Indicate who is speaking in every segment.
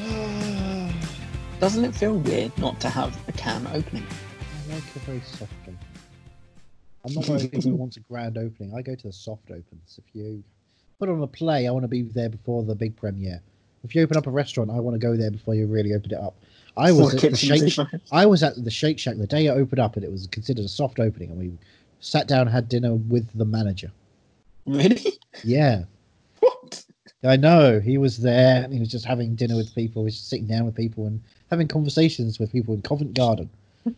Speaker 1: Doesn't it feel weird not to have a can opening?
Speaker 2: I like a very soft one. I'm not one of those people who wants a grand opening. I go to the soft opens. If you put on a play, I want to be there before the big premiere. If you open up a restaurant, I want to go there before you really open it up. I was
Speaker 1: Fuck
Speaker 2: at the
Speaker 1: it,
Speaker 2: Shake.
Speaker 1: Superman.
Speaker 2: I was at the Shake Shack the day it opened up, and it was considered a soft opening. And we sat down, and had dinner with the manager.
Speaker 1: Really?
Speaker 2: Yeah,
Speaker 1: What?
Speaker 2: I know he was there, and he was just having dinner with people, he was just sitting down with people, and having conversations with people in Covent Garden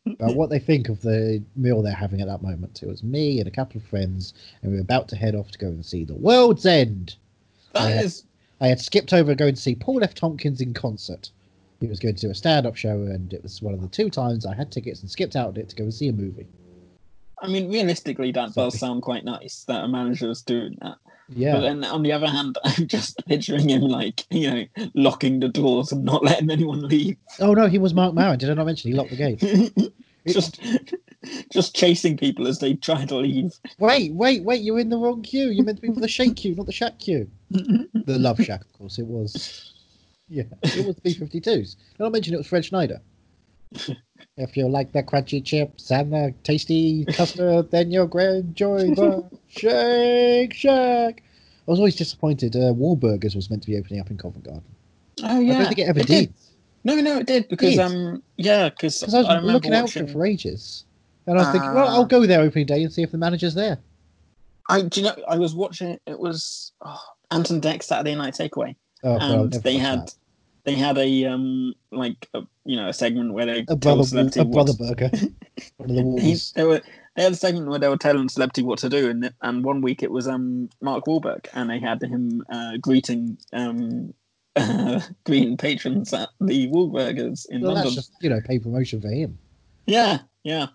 Speaker 2: about what they think of the meal they're having at that moment. It was me and a couple of friends, and we were about to head off to go and see The World's End.
Speaker 1: That
Speaker 2: Yeah.
Speaker 1: is
Speaker 2: I had skipped over going to see Paul F. Tompkins in concert. He was going to do a stand up show, and it was one of the two times I had tickets and skipped out it to go and see a movie.
Speaker 1: I mean, realistically, that
Speaker 2: Sorry.
Speaker 1: does sound quite nice that a manager is doing that. But
Speaker 2: Yeah,
Speaker 1: then, on the other hand, I'm just picturing him like you know locking the doors and not letting anyone leave,
Speaker 2: oh no, he was Mark Maron. Did I not mention he locked the gate?
Speaker 1: just just chasing people as they try to leave.
Speaker 2: Wait, wait, wait, you're in the wrong queue. You're meant to be for the shake queue, not the shack queue. the love shack, of course, it was. Yeah, it was B 52s. Did I mention it was Fred Schneider? if you like the crunchy chips and the tasty custard, then you'll enjoy the shake shack. I was always disappointed. Uh, Wahlburgers was meant to be opening up in Covent Garden.
Speaker 1: Oh
Speaker 2: I don't think it ever did.
Speaker 1: No, no, it did because
Speaker 2: Did?
Speaker 1: um yeah because
Speaker 2: Because I was
Speaker 1: I remember
Speaker 2: looking out for
Speaker 1: watching.
Speaker 2: it for ages. And I was thinking,
Speaker 1: Ah.
Speaker 2: well, I'll go there opening day and see if the manager's there.
Speaker 1: I do you know I was watching it was oh, Anton Deck Saturday Night Takeaway
Speaker 2: Oh, God, I'll
Speaker 1: and
Speaker 2: never
Speaker 1: they
Speaker 2: watch
Speaker 1: had
Speaker 2: that.
Speaker 1: they had a um like a, you know a segment where they
Speaker 2: a
Speaker 1: tell
Speaker 2: brother,
Speaker 1: celebrity
Speaker 2: a
Speaker 1: what-
Speaker 2: brother burger. One of the
Speaker 1: They,
Speaker 2: walls.
Speaker 1: they were they had a segment where they were telling celebrity what to do, and and one week it was um Mark Wahlberg, and they had him uh, greeting um greeting patrons at the Wahlburgers in
Speaker 2: Well, that's
Speaker 1: London.
Speaker 2: just you know paid promotion for him.
Speaker 1: Yeah, yeah.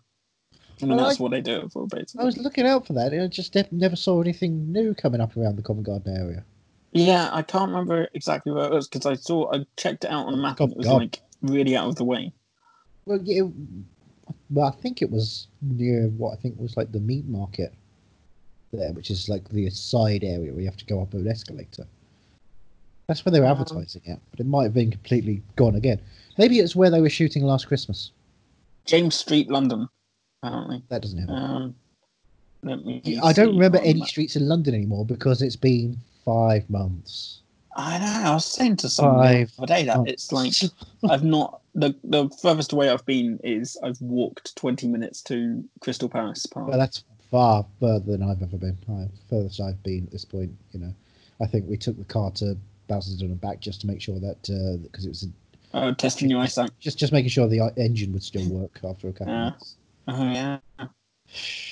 Speaker 1: And
Speaker 2: Well,
Speaker 1: that's
Speaker 2: I-
Speaker 1: what they do for basically.
Speaker 2: I was looking out for that, and I just ne- never saw anything new coming up around the Covent Garden area.
Speaker 1: Yeah, I can't remember exactly where it was because I saw I checked it out on the map and it was
Speaker 2: Oh, God.
Speaker 1: like really out of the way.
Speaker 2: Well, yeah, it, well, I think it was near what I think was like the meat market there, which is like the side area where you have to go up an escalator. That's where they were
Speaker 1: Um.
Speaker 2: advertising it, but it might have been completely gone again. Maybe it's where they were shooting last Christmas.
Speaker 1: James Street, London, apparently.
Speaker 2: That doesn't help.
Speaker 1: Um, let me
Speaker 2: I
Speaker 1: see
Speaker 2: don't remember
Speaker 1: on the
Speaker 2: any
Speaker 1: map.
Speaker 2: streets in London anymore because it's been five months.
Speaker 1: I know. I was saying to someone
Speaker 2: Five
Speaker 1: the other day that
Speaker 2: months.
Speaker 1: it's like I've not the the furthest away I've been is I've walked twenty minutes to Crystal Palace Park.
Speaker 2: Well, that's far further than I've ever been. I, furthest I've been at this point, you know. I think we took the car to Basildon and back just to make sure that because it was
Speaker 1: oh, testing your eyesight.
Speaker 2: just just making sure the uh, engine would still work after a couple.
Speaker 1: Yeah.
Speaker 2: of months.
Speaker 1: Oh yeah.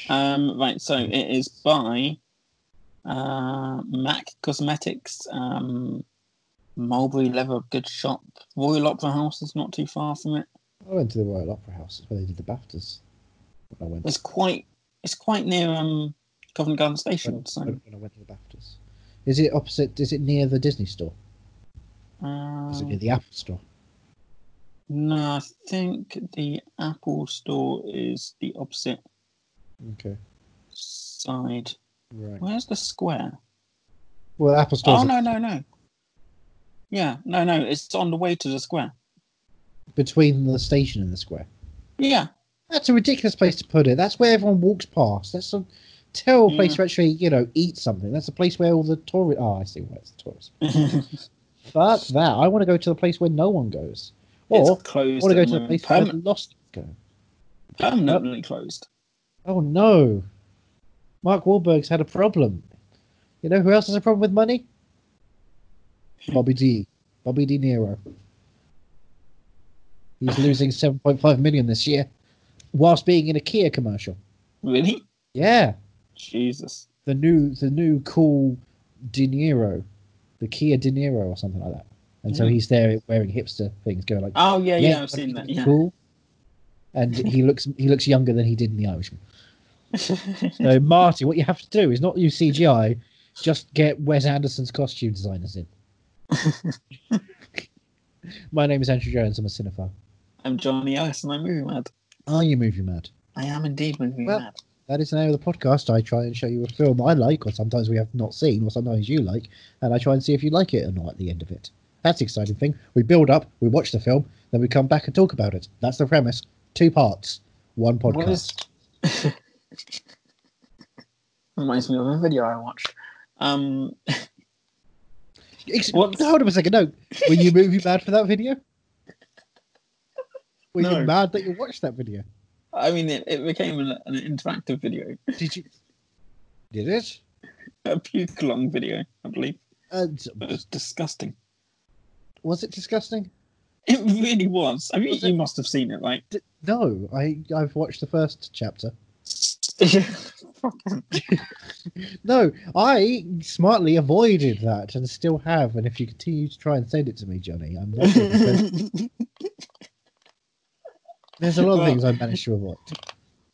Speaker 1: Um, right. So it is by uh, Mac Cosmetics, um, Mulberry Leather, good shop. Royal Opera House is not too far from it.
Speaker 2: I went to the Royal Opera House that's where they did the Baftas. When I went,
Speaker 1: It's quite it's quite near um, Covent Garden
Speaker 2: when,
Speaker 1: Station. So
Speaker 2: when- when I went to the Baftas, is it opposite? Is it near the Disney store? oh. Is it
Speaker 1: um,
Speaker 2: near the Apple store?
Speaker 1: No, I think the Apple Store is the opposite
Speaker 2: Okay,
Speaker 1: side.
Speaker 2: right.
Speaker 1: Where's the square?
Speaker 2: Well, Apple store.
Speaker 1: Oh no, no, no. Yeah, no, no. It's on the way to the square.
Speaker 2: between the station and the square.
Speaker 1: Yeah,
Speaker 2: That's a ridiculous place to put it. That's where everyone walks past. That's a terrible place
Speaker 1: Yeah.
Speaker 2: to actually, you know, eat something. That's a place where all the tourists. Oh, I see why it's the tourists. Fuck that. I want to go to the place where no one goes. Or
Speaker 1: it's
Speaker 2: I
Speaker 1: closed.
Speaker 2: want to
Speaker 1: at
Speaker 2: go to the
Speaker 1: moment.
Speaker 2: place where
Speaker 1: Perma-
Speaker 2: the lost go.
Speaker 1: permanently closed.
Speaker 2: Oh no. Mark Wahlberg's had a problem. You know who else has a problem with money?
Speaker 1: Hmm.
Speaker 2: Bobby D. Bobby D. Nero. He's losing 7.5 million this year whilst being in a Kia commercial.
Speaker 1: Really?
Speaker 2: Yeah.
Speaker 1: Jesus.
Speaker 2: the new the new cool De Niro, the Kia De Niro or something like that. And so
Speaker 1: Yeah.
Speaker 2: he's there wearing hipster things, going like,
Speaker 1: Hmm. Oh yeah, yeah. I've
Speaker 2: but
Speaker 1: seen that.
Speaker 2: it's
Speaker 1: Yeah.
Speaker 2: Cool. And he looks he looks younger than he did in The Irishman. So Marty, what you have to do is not use CGI, just get Wes Anderson's costume designers in. My name is Andrew Jones. I'm a cinephile.
Speaker 1: I'm Johnny Ellis, and I'm movie mad.
Speaker 2: Are you movie mad?
Speaker 1: I am indeed moving
Speaker 2: Well-
Speaker 1: mad.
Speaker 2: That is the name of the podcast. I try and show you a film I like, or sometimes we have not seen, or sometimes you like, and I try and see if you like it or not at the end of it. That's the exciting thing. We build up, we watch the film, then we come back and talk about it. That's the premise. Two parts, one podcast.
Speaker 1: What is? Reminds me of a video I watched. Um,
Speaker 2: Ex-
Speaker 1: What-
Speaker 2: Hold on a second. No, were you movie mad for that video? Were
Speaker 1: No.
Speaker 2: you mad that you watched that video?
Speaker 1: I mean, it, it became an, an interactive video,
Speaker 2: Did you? Did it?
Speaker 1: a puke-long video, I believe.
Speaker 2: And
Speaker 1: It was disgusting.
Speaker 2: was it disgusting?
Speaker 1: It really was. I mean,
Speaker 2: Was
Speaker 1: you
Speaker 2: it-
Speaker 1: must have seen it, right?
Speaker 2: D- no, I I've watched the first chapter.
Speaker 1: Fucking-
Speaker 2: No, I smartly avoided that and still have. And if you continue to try and send it to me, Johnny, I'm not. Going to send... There's a lot of
Speaker 1: Well-
Speaker 2: things I managed to avoid.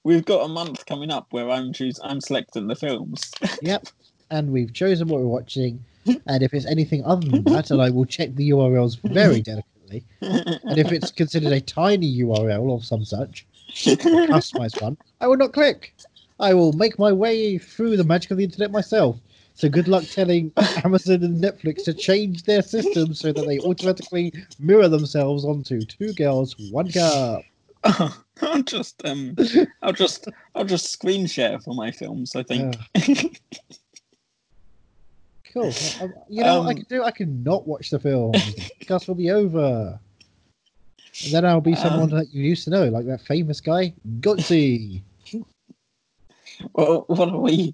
Speaker 1: We've got a month coming up where I'm choose I'm selecting the films.
Speaker 2: Yep, and we've chosen what we're watching. And if it's anything other than that, and I will check the URLs very delicately. And if it's considered a tiny URL or some such, customized one, I will not click. I will make my way through the magic of the internet myself. So good luck telling Amazon and Netflix to change their systems so that they automatically mirror themselves onto two girls, one girl.
Speaker 1: I'll just um, I'll just I'll just screen share for my films. I think.
Speaker 2: Cool. Um, You know what I
Speaker 1: Um,
Speaker 2: can do? I can not watch the film. The podcast will be over. And then I'll be someone
Speaker 1: Um,
Speaker 2: that you used to know, like that famous guy, Gotzi.
Speaker 1: Well, what are we?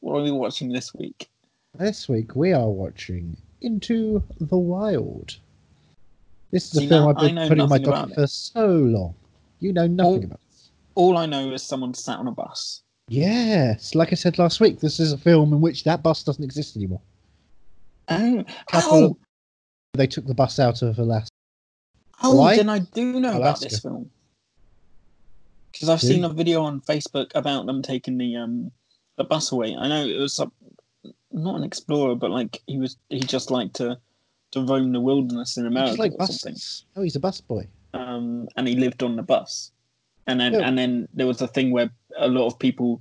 Speaker 1: What are we watching this week?
Speaker 2: This week we are watching Into the Wild. This is a
Speaker 1: See,
Speaker 2: film
Speaker 1: now
Speaker 2: I've
Speaker 1: I
Speaker 2: been
Speaker 1: know
Speaker 2: putting in my
Speaker 1: nothing about
Speaker 2: docket for so long. You know nothing
Speaker 1: Oh.
Speaker 2: about this.
Speaker 1: All I know is someone sat on a bus.
Speaker 2: Yes, like I said last week, this is a film in which that bus doesn't exist anymore.
Speaker 1: Oh,
Speaker 2: Couple- They took the bus out of Alaska.
Speaker 1: oh, oh!
Speaker 2: Why?
Speaker 1: Then I do know about
Speaker 2: Alaska.
Speaker 1: this film because I've
Speaker 2: Do
Speaker 1: seen
Speaker 2: you?
Speaker 1: a video on Facebook about them taking the um the bus away. I know it was a, not an explorer, but like he was he just liked to to roam the wilderness in America
Speaker 2: Just like
Speaker 1: or something.
Speaker 2: buses. Oh, he's a bus boy.
Speaker 1: um, and he lived on the bus. And then
Speaker 2: Yeah.
Speaker 1: and then there was a thing where a lot of people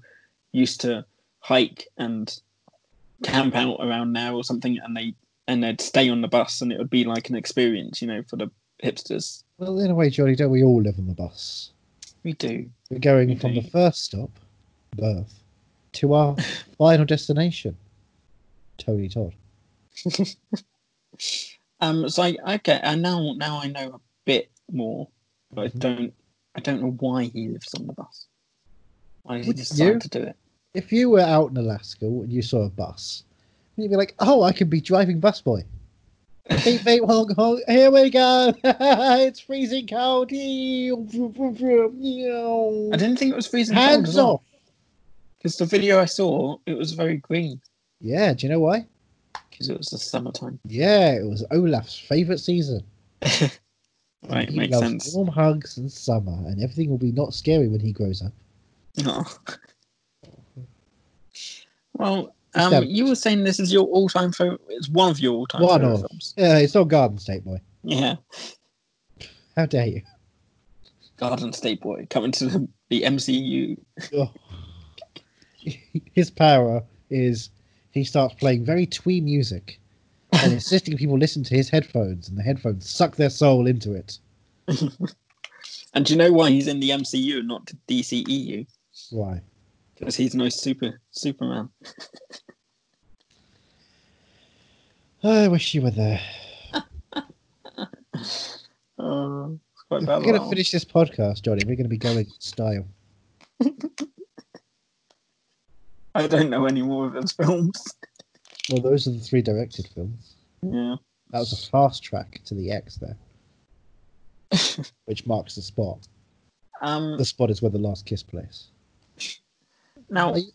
Speaker 1: used to hike and camp out around there or something, and they and they'd stay on the bus, and it would be like an experience, you know, for the hipsters.
Speaker 2: Well, in a way, Johnny, don't we all live on the bus?
Speaker 1: We do.
Speaker 2: We're going
Speaker 1: We
Speaker 2: from
Speaker 1: do.
Speaker 2: the first stop, birth, to our final destination, Tony Todd.
Speaker 1: Um. So I okay. And now now I know a bit more, but I
Speaker 2: Mhm.
Speaker 1: don't I don't know why he lives on the bus. Why did he
Speaker 2: Would
Speaker 1: decide
Speaker 2: you?
Speaker 1: to do it?
Speaker 2: If you were out in Alaska and you saw a bus, you'd be like, "Oh, I could be driving bus boy." beep beep honk honk. Here we go. it's freezing cold.
Speaker 1: I didn't think it was freezing cold
Speaker 2: Hands
Speaker 1: as well.
Speaker 2: off.
Speaker 1: Because the video I saw, it was very green
Speaker 2: Yeah. Do you know why?
Speaker 1: because it was the summertime.
Speaker 2: Yeah, it was Olaf's favorite season. And
Speaker 1: Right,
Speaker 2: he
Speaker 1: makes
Speaker 2: loves
Speaker 1: sense.
Speaker 2: Warm hugs and summer, and everything will be not scary when he grows up.
Speaker 1: Oh.
Speaker 2: Mm-hmm.
Speaker 1: Well,
Speaker 2: Just
Speaker 1: um,
Speaker 2: have-
Speaker 1: you were saying this is your all-time favorite. It's one of your all-time
Speaker 2: One
Speaker 1: favorite
Speaker 2: of.
Speaker 1: films.
Speaker 2: Yeah, Uh, it's not Garden State Boy.
Speaker 1: Yeah,
Speaker 2: How dare you?
Speaker 1: Garden State Boy coming to the, the MCU.
Speaker 2: Oh. His power is he starts playing very twee music and insisting people listen to his headphones, and the headphones suck their soul into it.
Speaker 1: And do you know why he's in the MCU and not the DCEU?
Speaker 2: Why?
Speaker 1: Because he's no super Superman.
Speaker 2: I wish you were there.
Speaker 1: Uh, it's quite
Speaker 2: If
Speaker 1: bad.
Speaker 2: we're going
Speaker 1: that
Speaker 2: to finish this podcast, Johnny. We're going to be going in style.
Speaker 1: one. I don't know any more of his films.
Speaker 2: Well, those are the three directed films.
Speaker 1: yeah.
Speaker 2: That was a fast track to the X there, which marks the spot.
Speaker 1: Um.
Speaker 2: The spot is where the last kiss plays.
Speaker 1: Now,
Speaker 2: Are you-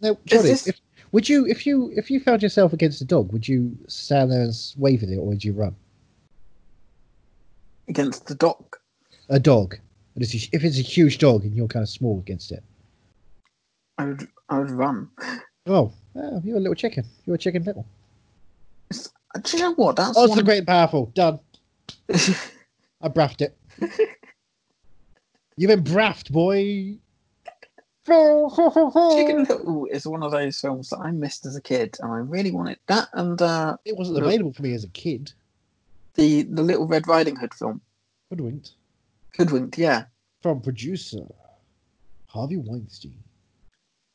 Speaker 2: Now, Johnny,
Speaker 1: this-
Speaker 2: if, would you, if you, if you found yourself against a dog, would you stand there and s- wave at it, or would you run?
Speaker 1: against the dock.
Speaker 2: A dog. And it's a- If it's a huge dog and you're kind of small against it,
Speaker 1: I would. I would run.
Speaker 2: oh, oh, you're a little chicken. You're a chicken little.
Speaker 1: Uh, Do you know what? That's
Speaker 2: Oh, it's
Speaker 1: one-
Speaker 2: the great and powerful. Done. I braffed it. You've been braffed, boy.
Speaker 1: Chicken Little is one of those films that I missed as a kid, and I really wanted that. And uh,
Speaker 2: It wasn't available for me as a kid.
Speaker 1: the the Little Red Riding Hood film,
Speaker 2: Hoodwinked.
Speaker 1: Hoodwinked. Yeah,
Speaker 2: From producer Harvey Weinstein.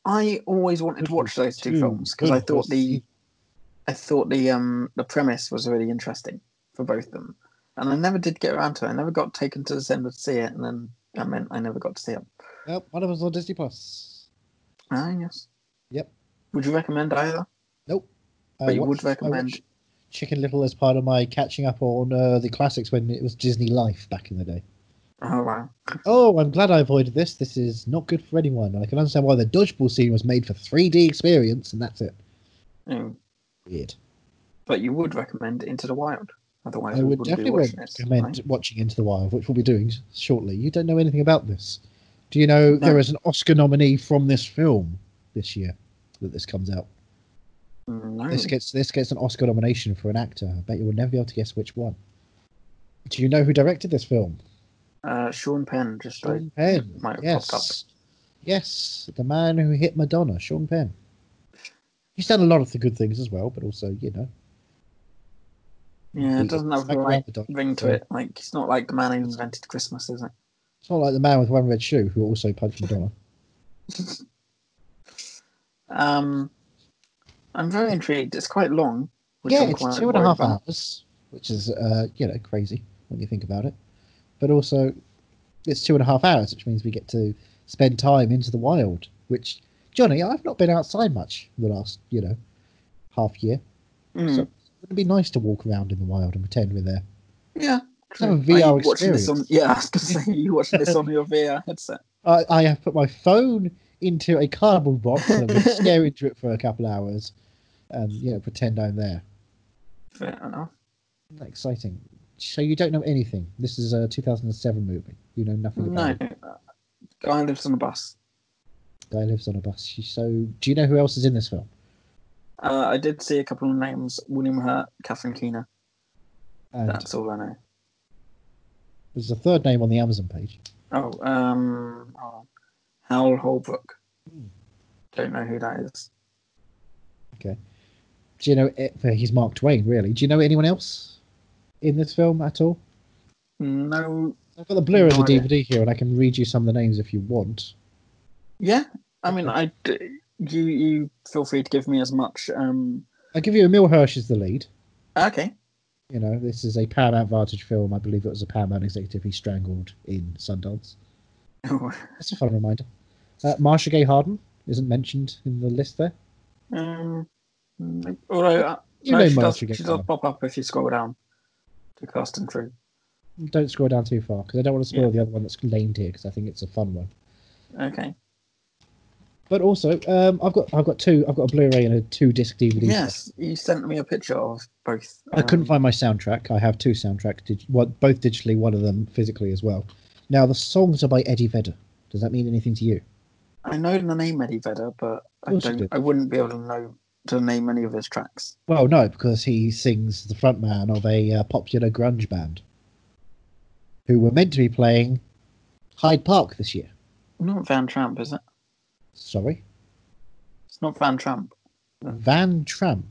Speaker 1: I always wanted to watch those two
Speaker 2: Two
Speaker 1: films because
Speaker 2: good
Speaker 1: I thought the
Speaker 2: horses.
Speaker 1: I thought the um the premise was really interesting for both of them, and I never did get around to it. I never got taken to the cinema to see it, and then that meant I never got to see it.
Speaker 2: Yep, one of us on Disney Plus.
Speaker 1: Ah, yes.
Speaker 2: Yep.
Speaker 1: Would you recommend either?
Speaker 2: Nope. Uh, I
Speaker 1: But you would
Speaker 2: watched- I
Speaker 1: recommend-
Speaker 2: watched Chicken Little as part of my catching up on uh, the classics when it was Disney Life back in the day.
Speaker 1: Oh wow.
Speaker 2: Oh, I'm glad I avoided this. This is not good for anyone. I can understand why the dodgeball scene was made for 3D experience, and that's it.
Speaker 1: Mm.
Speaker 2: Weird.
Speaker 1: But you would recommend Into the Wild. Otherwise,
Speaker 2: I
Speaker 1: we
Speaker 2: would
Speaker 1: wouldn't be
Speaker 2: definitely
Speaker 1: watching
Speaker 2: recommend
Speaker 1: this,
Speaker 2: watching Into the Wild, which we'll be doing shortly. You don't know anything about this. Do you know
Speaker 1: No.
Speaker 2: there is an Oscar nominee from this film this year that this comes out?
Speaker 1: right? No.
Speaker 2: This gets this gets an Oscar nomination for an actor. I bet you will never be able to guess which one. Do you know who directed this film?
Speaker 1: Uh, Sean Penn just
Speaker 2: Sean
Speaker 1: Sean
Speaker 2: Penn.
Speaker 1: might have popped up.
Speaker 2: Yes. Yes, the man who hit Madonna, Sean Penn. He's done a lot of the good things as well, but also, you know.
Speaker 1: Yeah,
Speaker 2: he-
Speaker 1: it doesn't have
Speaker 2: it's
Speaker 1: the
Speaker 2: like
Speaker 1: right
Speaker 2: Madonna,
Speaker 1: ring to
Speaker 2: so
Speaker 1: it. Like it's not like the man who invented Christmas, is it?
Speaker 2: It's not like the man with one red shoe who also punched Madonna.
Speaker 1: Um, I'm very intrigued. It's quite long. which
Speaker 2: yeah,
Speaker 1: I'm
Speaker 2: it's
Speaker 1: quite
Speaker 2: two and a
Speaker 1: worried
Speaker 2: half
Speaker 1: about.
Speaker 2: hours, which is, uh, you know, crazy when you think about it. But also, it's two and a half hours, which means we get to spend time into the wild, which, Johnny, I've not been outside much the last, you know, half year.
Speaker 1: Mm,
Speaker 2: So wouldn't it be nice to walk around in the wild and pretend we're there?
Speaker 1: yeah.
Speaker 2: Have a
Speaker 1: Are you
Speaker 2: VR
Speaker 1: watching this on,
Speaker 2: experience.
Speaker 1: yeah, I was gonna say, are you watching this on your VR headset?
Speaker 2: I, I have put my phone into a cardboard box and I'm going to stare into it for a couple hours and, you know, pretend I'm there.
Speaker 1: Fair enough.
Speaker 2: Isn't that exciting? So you don't know anything. This is a 2007 movie. You know nothing about
Speaker 1: No, Uh,
Speaker 2: it.
Speaker 1: guy lives on a bus.
Speaker 2: Guy lives on a bus. So do you know who else is in this film?
Speaker 1: Uh, I did see a couple of names: William Hurt, Catherine Keener.
Speaker 2: And
Speaker 1: That's all I know.
Speaker 2: there's a third name on the Amazon page.
Speaker 1: Oh, um, hold on. Howell Holbrook.
Speaker 2: Hmm.
Speaker 1: Don't know who that is.
Speaker 2: Do you know it, he's Mark Twain? Really? Do you know anyone else in this film at all?
Speaker 1: No.
Speaker 2: I've got the Blu-ray of
Speaker 1: No
Speaker 2: the
Speaker 1: idea.
Speaker 2: DVD here, and I can read you some of the names if you want.
Speaker 1: Yeah. I mean, I. d- You you feel free to give me as much. Um.
Speaker 2: I'll give you Emil Hirsch is the lead.
Speaker 1: Okay.
Speaker 2: You know, this is a Paramount Vantage film. I believe it was a Paramount executive he strangled in Sundance.
Speaker 1: Oh,
Speaker 2: That's a fun reminder. Uh, Marsha Gay Harden isn't mentioned in the list there.
Speaker 1: um. no. Although uh,
Speaker 2: You
Speaker 1: no,
Speaker 2: know
Speaker 1: she, does,
Speaker 2: Marsha
Speaker 1: she
Speaker 2: Gay
Speaker 1: does
Speaker 2: Harden.
Speaker 1: pop up if you scroll down to cast and crew.
Speaker 2: Don't scroll down too far because I don't want to spoil the other one that's named here because I think it's a fun one.
Speaker 1: Okay.
Speaker 2: But also, um, I've got I've got two I've got a Blu-ray and a two disc DVD.
Speaker 1: Yes, you sent me a picture of both.
Speaker 2: I couldn't
Speaker 1: um,
Speaker 2: find my soundtrack. I have two soundtracks, dig- one, both digitally, one of them physically as well. Now the songs are by Eddie Vedder. Does that mean anything to you?
Speaker 1: I know the name Eddie Vedder, but I
Speaker 2: course you
Speaker 1: don't.
Speaker 2: do.
Speaker 1: I wouldn't be able to know to name any of his tracks.
Speaker 2: Well, no, because he sings the frontman of a uh, popular grunge band who were meant to be playing Hyde Park this year.
Speaker 1: Not Van Tramp, is it?
Speaker 2: Sorry,
Speaker 1: It's not Van Tramp.
Speaker 2: Van Tramp.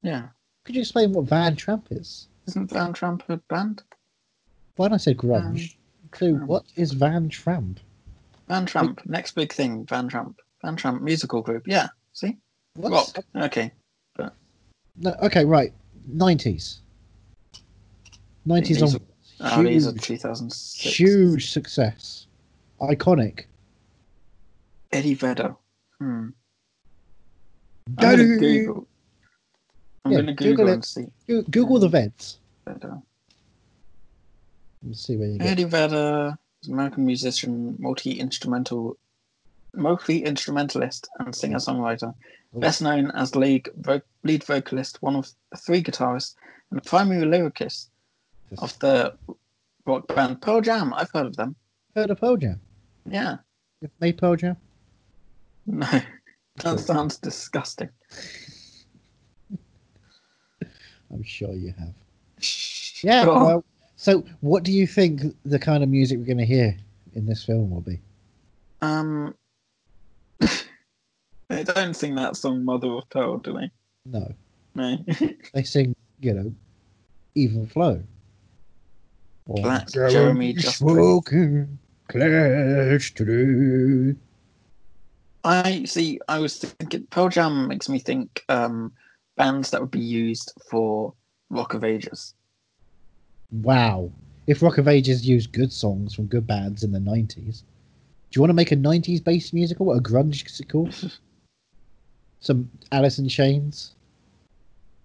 Speaker 1: Yeah.
Speaker 2: Could you explain what Van Tramp is?
Speaker 1: Isn't Van Tramp a band?
Speaker 2: When I said grunge, so
Speaker 1: Tramp.
Speaker 2: what is Van Tramp?
Speaker 1: Van Tramp, next big thing, Van Tramp. Van Tramp musical group, yeah. See?
Speaker 2: What?
Speaker 1: Rock. Okay.
Speaker 2: No, okay, right. Nineties. Nineties
Speaker 1: These
Speaker 2: on
Speaker 1: Oh, these are
Speaker 2: huge,
Speaker 1: 2006.
Speaker 2: huge success, iconic.
Speaker 1: Eddie Vedder. Hmm. I'm going
Speaker 2: Go-
Speaker 1: to Google. I'm
Speaker 2: Yeah,
Speaker 1: going to Google,
Speaker 2: Google it.
Speaker 1: and see
Speaker 2: Go- Google the Veds.
Speaker 1: Vedder.
Speaker 2: Let's see where you get.
Speaker 1: Eddie Vedder is an American musician, multi-instrumental, multi-instrumentalist and singer-songwriter,
Speaker 2: Oh.
Speaker 1: best known as lead, vo- lead vocalist, one of three guitarists, and primary lyricist of the rock band Pearl Jam. I've heard of them.
Speaker 2: Heard of Pearl Jam?
Speaker 1: Yeah.
Speaker 2: You've made Pearl Jam?
Speaker 1: No, that sounds disgusting.
Speaker 2: I'm sure you have. Yeah.
Speaker 1: Go on.
Speaker 2: Well, so what do you think the kind of music we're going to hear in this film will be?
Speaker 1: Um, They don't sing that song Mother of Pearl, do they?
Speaker 2: No,
Speaker 1: No.
Speaker 2: they sing, you know, even flow. Or
Speaker 1: Black Jeremy Justin.
Speaker 2: smoking clash today.
Speaker 1: I see. I was thinking Pearl Jam makes me think um, bands that would be used for Rock of Ages.
Speaker 2: Wow. If Rock of Ages used good songs from good bands in the 90s, do you want to make a 90s based musical? A grunge musical? Some Alice in Chains?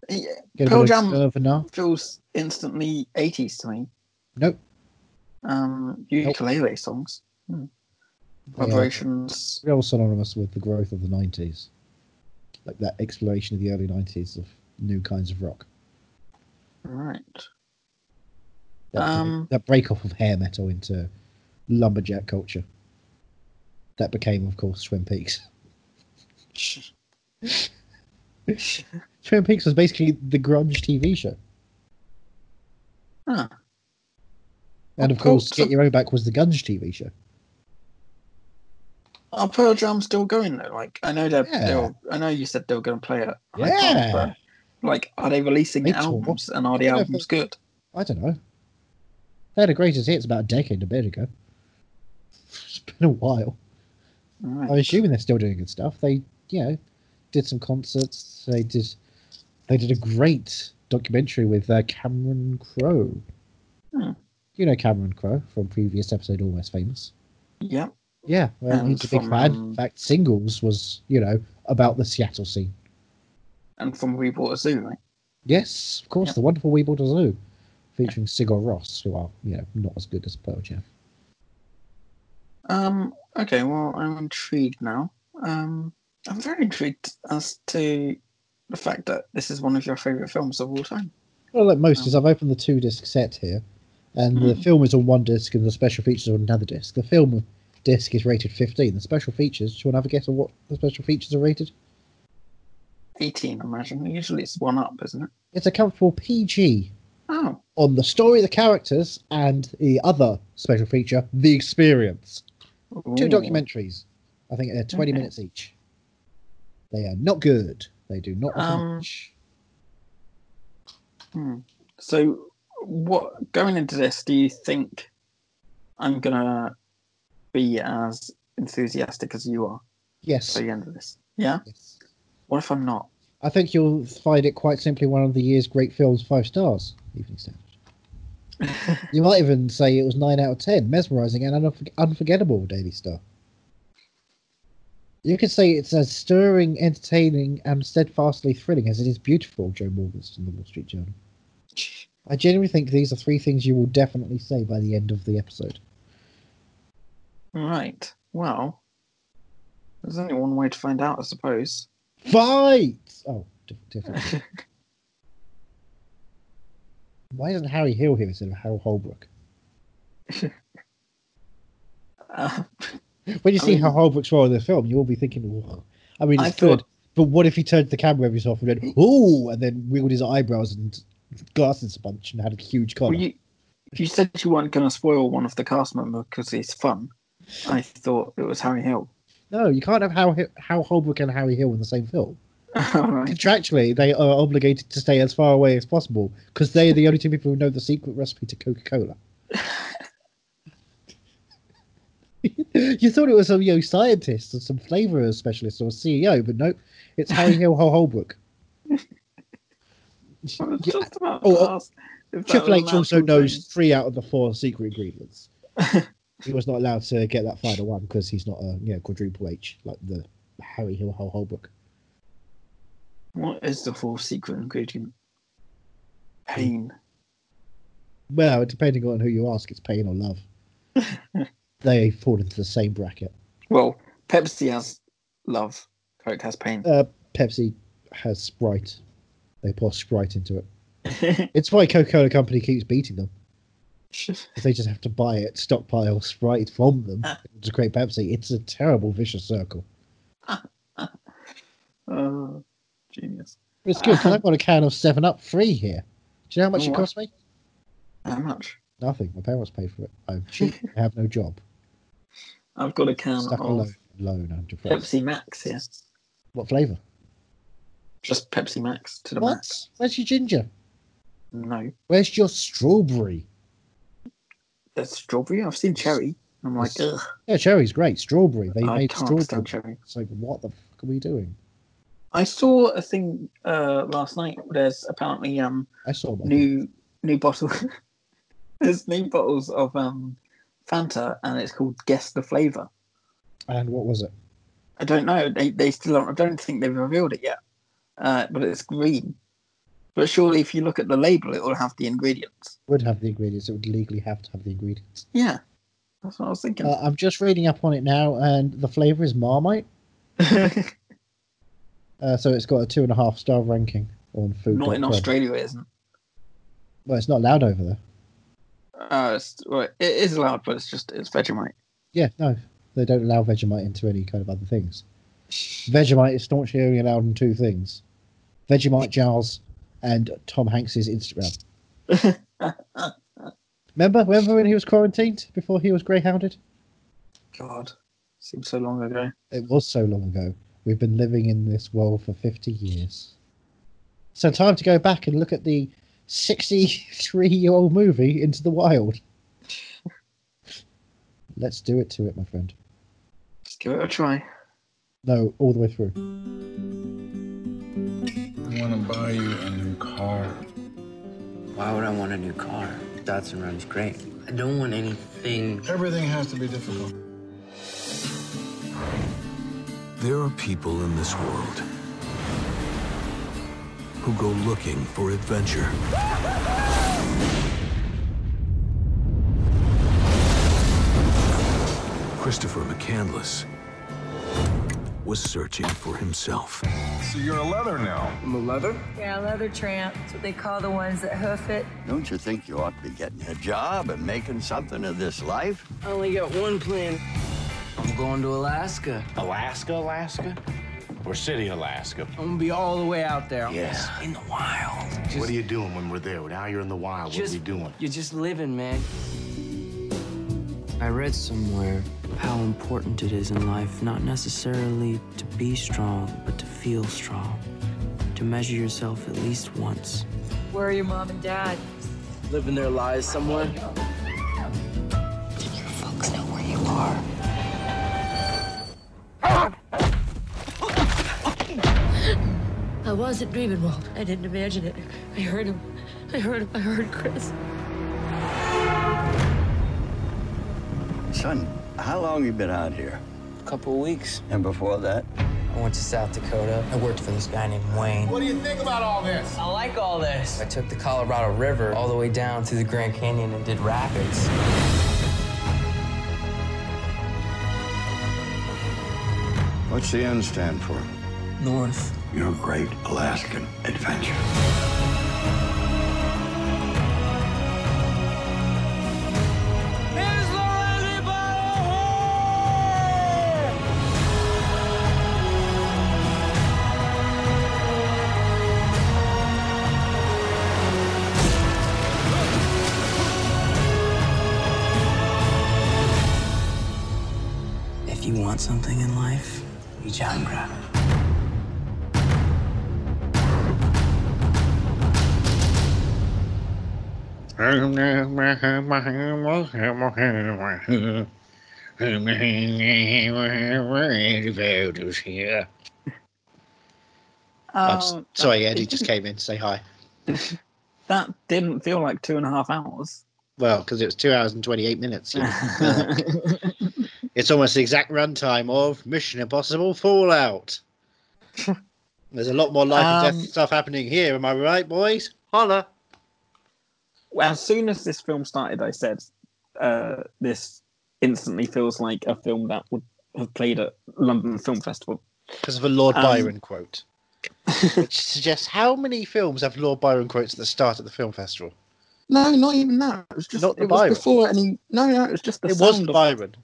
Speaker 1: Yeah,
Speaker 2: Get a
Speaker 1: Pearl
Speaker 2: bit of
Speaker 1: Jam.
Speaker 2: Nirvana?
Speaker 1: feels instantly eighties to me.
Speaker 2: Nope.
Speaker 1: Um, ukulele songs, Hmm.
Speaker 2: Yeah.
Speaker 1: vibrations.
Speaker 2: Real synonymous with the growth of the 90s. Like that exploration of the early 90s of new kinds of rock.
Speaker 1: Right.
Speaker 2: That,
Speaker 1: Um,
Speaker 2: that break off of hair metal into lumberjack culture. That became, of course, Twin Peaks. Twin Peaks was basically the grunge TV show.
Speaker 1: Ah.
Speaker 2: And
Speaker 1: Of
Speaker 2: of course,
Speaker 1: course.
Speaker 2: Get Your Own Back was the Gunge TV show.
Speaker 1: Are Pearl Jam still going though? Like I know they're,
Speaker 2: Yeah.
Speaker 1: they're I know you said they were going to play it. I
Speaker 2: Yeah.
Speaker 1: can't, but, Like, are they releasing
Speaker 2: They tour.
Speaker 1: albums? And are the
Speaker 2: I don't know if
Speaker 1: albums good?
Speaker 2: I don't know. They had a greatest hits about a decade, a bit ago. It's been a while.
Speaker 1: Right.
Speaker 2: I'm assuming they're still doing good stuff. They, you know, did some concerts. They did, they did a great documentary with uh, Cameron Crowe.
Speaker 1: Hmm.
Speaker 2: You know Cameron Crowe from previous episode, Almost Famous.
Speaker 1: Yeah.
Speaker 2: Yeah, well,
Speaker 1: And
Speaker 2: he's a big
Speaker 1: from,
Speaker 2: fan.
Speaker 1: um,
Speaker 2: In fact, Singles was, you know, about the Seattle scene.
Speaker 1: And from We Bought a Zoo, right?
Speaker 2: Yes, of course,
Speaker 1: Yep.
Speaker 2: the wonderful Weeble Zoo, featuring Sigur Ross, who are, you know, not as good as Pearl Jam.
Speaker 1: Um. Okay. Well, I'm intrigued now. Um. I'm very intrigued as to the fact that this is one of your favorite films of all time.
Speaker 2: Well, like most,
Speaker 1: Um,
Speaker 2: is I've opened the two disc set here, and the
Speaker 1: Hmm.
Speaker 2: film is on one disc and the special features on another disc. The film disc is rated 15. The special features, do you want to have a guess at what the special features are rated?
Speaker 1: 18, I imagine. Usually it's one up, isn't it?
Speaker 2: It's a comfortable PG
Speaker 1: Oh.
Speaker 2: on the story, the characters, and the other special feature, the experience. Two
Speaker 1: Ooh.
Speaker 2: documentaries. I think they're 20
Speaker 1: Okay.
Speaker 2: minutes each. They are not good. They do not
Speaker 1: Um,
Speaker 2: much.
Speaker 1: Hmm. So, what going into this? Do you think I'm gonna be as enthusiastic as you are
Speaker 2: Yes.
Speaker 1: at the end of this? Yeah.
Speaker 2: yes.
Speaker 1: What if I'm not?
Speaker 2: I think you'll find it quite simply one of the year's great films, five stars. Evening Standard. you might even say it was nine out of ten, mesmerising and unforg- unforgettable. Daily Star. You could say it's as stirring, entertaining, and steadfastly thrilling as it is beautiful. Joe Morgenstern, The Wall Street Journal. I genuinely think these are three things you will definitely say by the end of the episode.
Speaker 1: Right. Well, there's only one way to find out, I suppose.
Speaker 2: Fight! Oh, diff- different. Why isn't Harry Hill here instead of Harold Holbrook?
Speaker 1: Uh,
Speaker 2: When you
Speaker 1: I
Speaker 2: see
Speaker 1: mean-
Speaker 2: how Holbrook's role in the film, you will be thinking, "Ugh." I mean,
Speaker 1: I
Speaker 2: it's
Speaker 1: thought-
Speaker 2: good, but what if he turned the camera every so often and went, ooh, and then wiggled his eyebrows and glasses a bunch and had a huge collar?
Speaker 1: well, you you said you weren't gonna spoil one of the cast members because he's fun. I thought it was Harry Hill.
Speaker 2: No, you can't have how how Holbrook and Harry Hill in the same film.
Speaker 1: All right.
Speaker 2: Contractually, they are obligated to stay as far away as possible because they are the only two people who know the secret recipe to Coca Cola. you thought it was some you know, scientist or some flavour specialist or CEO, but nope, it's Harry Hill Hol- Holbrook.
Speaker 1: I was
Speaker 2: Yeah,
Speaker 1: just about
Speaker 2: oh,
Speaker 1: to
Speaker 2: oh,
Speaker 1: ask if that
Speaker 2: Triple
Speaker 1: was
Speaker 2: H
Speaker 1: an
Speaker 2: also
Speaker 1: actual
Speaker 2: knows
Speaker 1: thing.
Speaker 2: three out of the four secret ingredients. he was not allowed to get that final one because he's not a you know, quadruple H like the Harry Hill Hol- Holbrook.
Speaker 1: What is the full secret ingredient? Pain.
Speaker 2: Well, depending on who you ask, it's pain or love. they fall into the same bracket.
Speaker 1: Well, Pepsi has love. Coke has pain.
Speaker 2: Uh, Pepsi has Sprite. They pour Sprite into it. It's why Coca Cola Company keeps beating them. 'cause They just have to buy it, stockpile Sprite from them to create Pepsi. It's a terrible vicious circle.
Speaker 1: oh, genius.
Speaker 2: But it's good 'cause I've got a can of Seven Up free here. Do you know how much
Speaker 1: Oh,
Speaker 2: it
Speaker 1: wow.
Speaker 2: cost me?
Speaker 1: How much?
Speaker 2: Nothing. My parents paid for it. I'm cheap. I have no job.
Speaker 1: I've got a can
Speaker 2: Stuck
Speaker 1: of
Speaker 2: alone, alone. I'm depressed.
Speaker 1: Pepsi Max here.
Speaker 2: What flavour?
Speaker 1: Just Pepsi Max to the
Speaker 2: What?
Speaker 1: max.
Speaker 2: Where's your ginger?
Speaker 1: No,
Speaker 2: Where's your strawberry?
Speaker 1: that's strawberry. I've seen cherry. I'm like, ugh,
Speaker 2: Yeah, cherry's great. Strawberry. They
Speaker 1: I
Speaker 2: made
Speaker 1: can't
Speaker 2: strawberry.
Speaker 1: stand cherry.
Speaker 2: It's like, what the fuck are we doing?
Speaker 1: I saw a thing uh, last night. There's apparently um
Speaker 2: I saw one.
Speaker 1: new new bottle. There's new bottles of um Fanta, and it's called Guess the Flavor.
Speaker 2: And what was it?
Speaker 1: I don't know. They they still aren't, I don't think they've revealed it yet. Uh, but it's green. But surely, if you look at the label, it will have the ingredients.
Speaker 2: Would have the ingredients. It would legally have to have the ingredients.
Speaker 1: Yeah, that's what I was thinking.
Speaker 2: Uh, I'm just reading up on it now, and the flavour is Marmite. Uh, so it's got a two and a half star ranking on food.
Speaker 1: Not in Australia, it isn't.
Speaker 2: Well, it's not allowed over there.
Speaker 1: Uh, it's, well, it is allowed, but it's just it's Vegemite.
Speaker 2: Yeah, no, they don't allow Vegemite into any kind of other things. Vegemite is staunchly only allowed in two things: Vegemite jars and Tom Hanks's Instagram. remember, remember when he was quarantined before he was greyhounded?
Speaker 1: God, seems so long ago.
Speaker 2: It was so long ago. We've been living in this world for fifty years. So time to go back and look at the sixty-three-year-old movie Into the Wild. Let's do it to it, my friend.
Speaker 1: Let's give it a try.
Speaker 2: No, all the way through.
Speaker 3: I want to buy you a new car.
Speaker 4: Why would I want a new car? Datsun runs great. I don't want anything.
Speaker 3: Everything has to be difficult.
Speaker 5: There are people in this world who go looking for adventure. Christopher McCandless was searching for himself.
Speaker 3: So you're a leather now.
Speaker 6: Yeah, leather tramp. That's what they call the ones that hoof it.
Speaker 7: Don't you think you ought to be getting a job and making something of this life?
Speaker 4: I only got one plan. I'm going to Alaska.
Speaker 8: Alaska, Alaska? Or City, Alaska?
Speaker 4: I'm gonna be all the way out there.
Speaker 8: Yes.
Speaker 4: In the wild. Just,
Speaker 8: what are you doing when we're there? Now you're in the wild.
Speaker 4: just,
Speaker 8: what are we doing?
Speaker 4: You're just living, man. I read somewhere how important it is in life not necessarily to be strong, but to feel strong. To measure yourself at least once.
Speaker 6: Where are your mom and dad?
Speaker 4: Living their lives somewhere.
Speaker 9: I wasn't dreaming, Walt. I didn't imagine it. I heard him. I heard him. I heard Chris.
Speaker 7: Son, how long you been out here?
Speaker 4: A couple weeks.
Speaker 7: And before that?
Speaker 4: I went to South Dakota. I worked for this guy named Wayne.
Speaker 3: What do you think about all this?
Speaker 4: I like all this. I took the Colorado River all the way down through the Grand Canyon and did rapids.
Speaker 7: What's the N stand for?
Speaker 4: North.
Speaker 7: Your great Alaskan adventure.
Speaker 4: If you want something in life, reach out and grab it.
Speaker 2: I'm s-
Speaker 1: Um,
Speaker 2: sorry, Eddie just came in to say hi.
Speaker 1: that didn't feel like two and a half hours.
Speaker 2: Well, because it was two hours and 28 minutes. you know. it's almost the exact runtime of Mission Impossible Fallout. There's a lot more life and
Speaker 1: Um,
Speaker 2: death stuff happening here, am I right, boys? Holla.
Speaker 1: Well, as soon as this film started, I said, uh, "This instantly feels like a film that would have played at London Film Festival."
Speaker 2: Because of a Lord
Speaker 1: um,
Speaker 2: Byron quote, which suggests how many films have Lord Byron quotes that start at the film festival?
Speaker 1: No, not even that. It was just
Speaker 2: Not the
Speaker 1: it was
Speaker 2: Byron.
Speaker 1: before any. No, no, it was just the
Speaker 2: it was
Speaker 1: sound
Speaker 2: the
Speaker 1: of-
Speaker 2: Byron.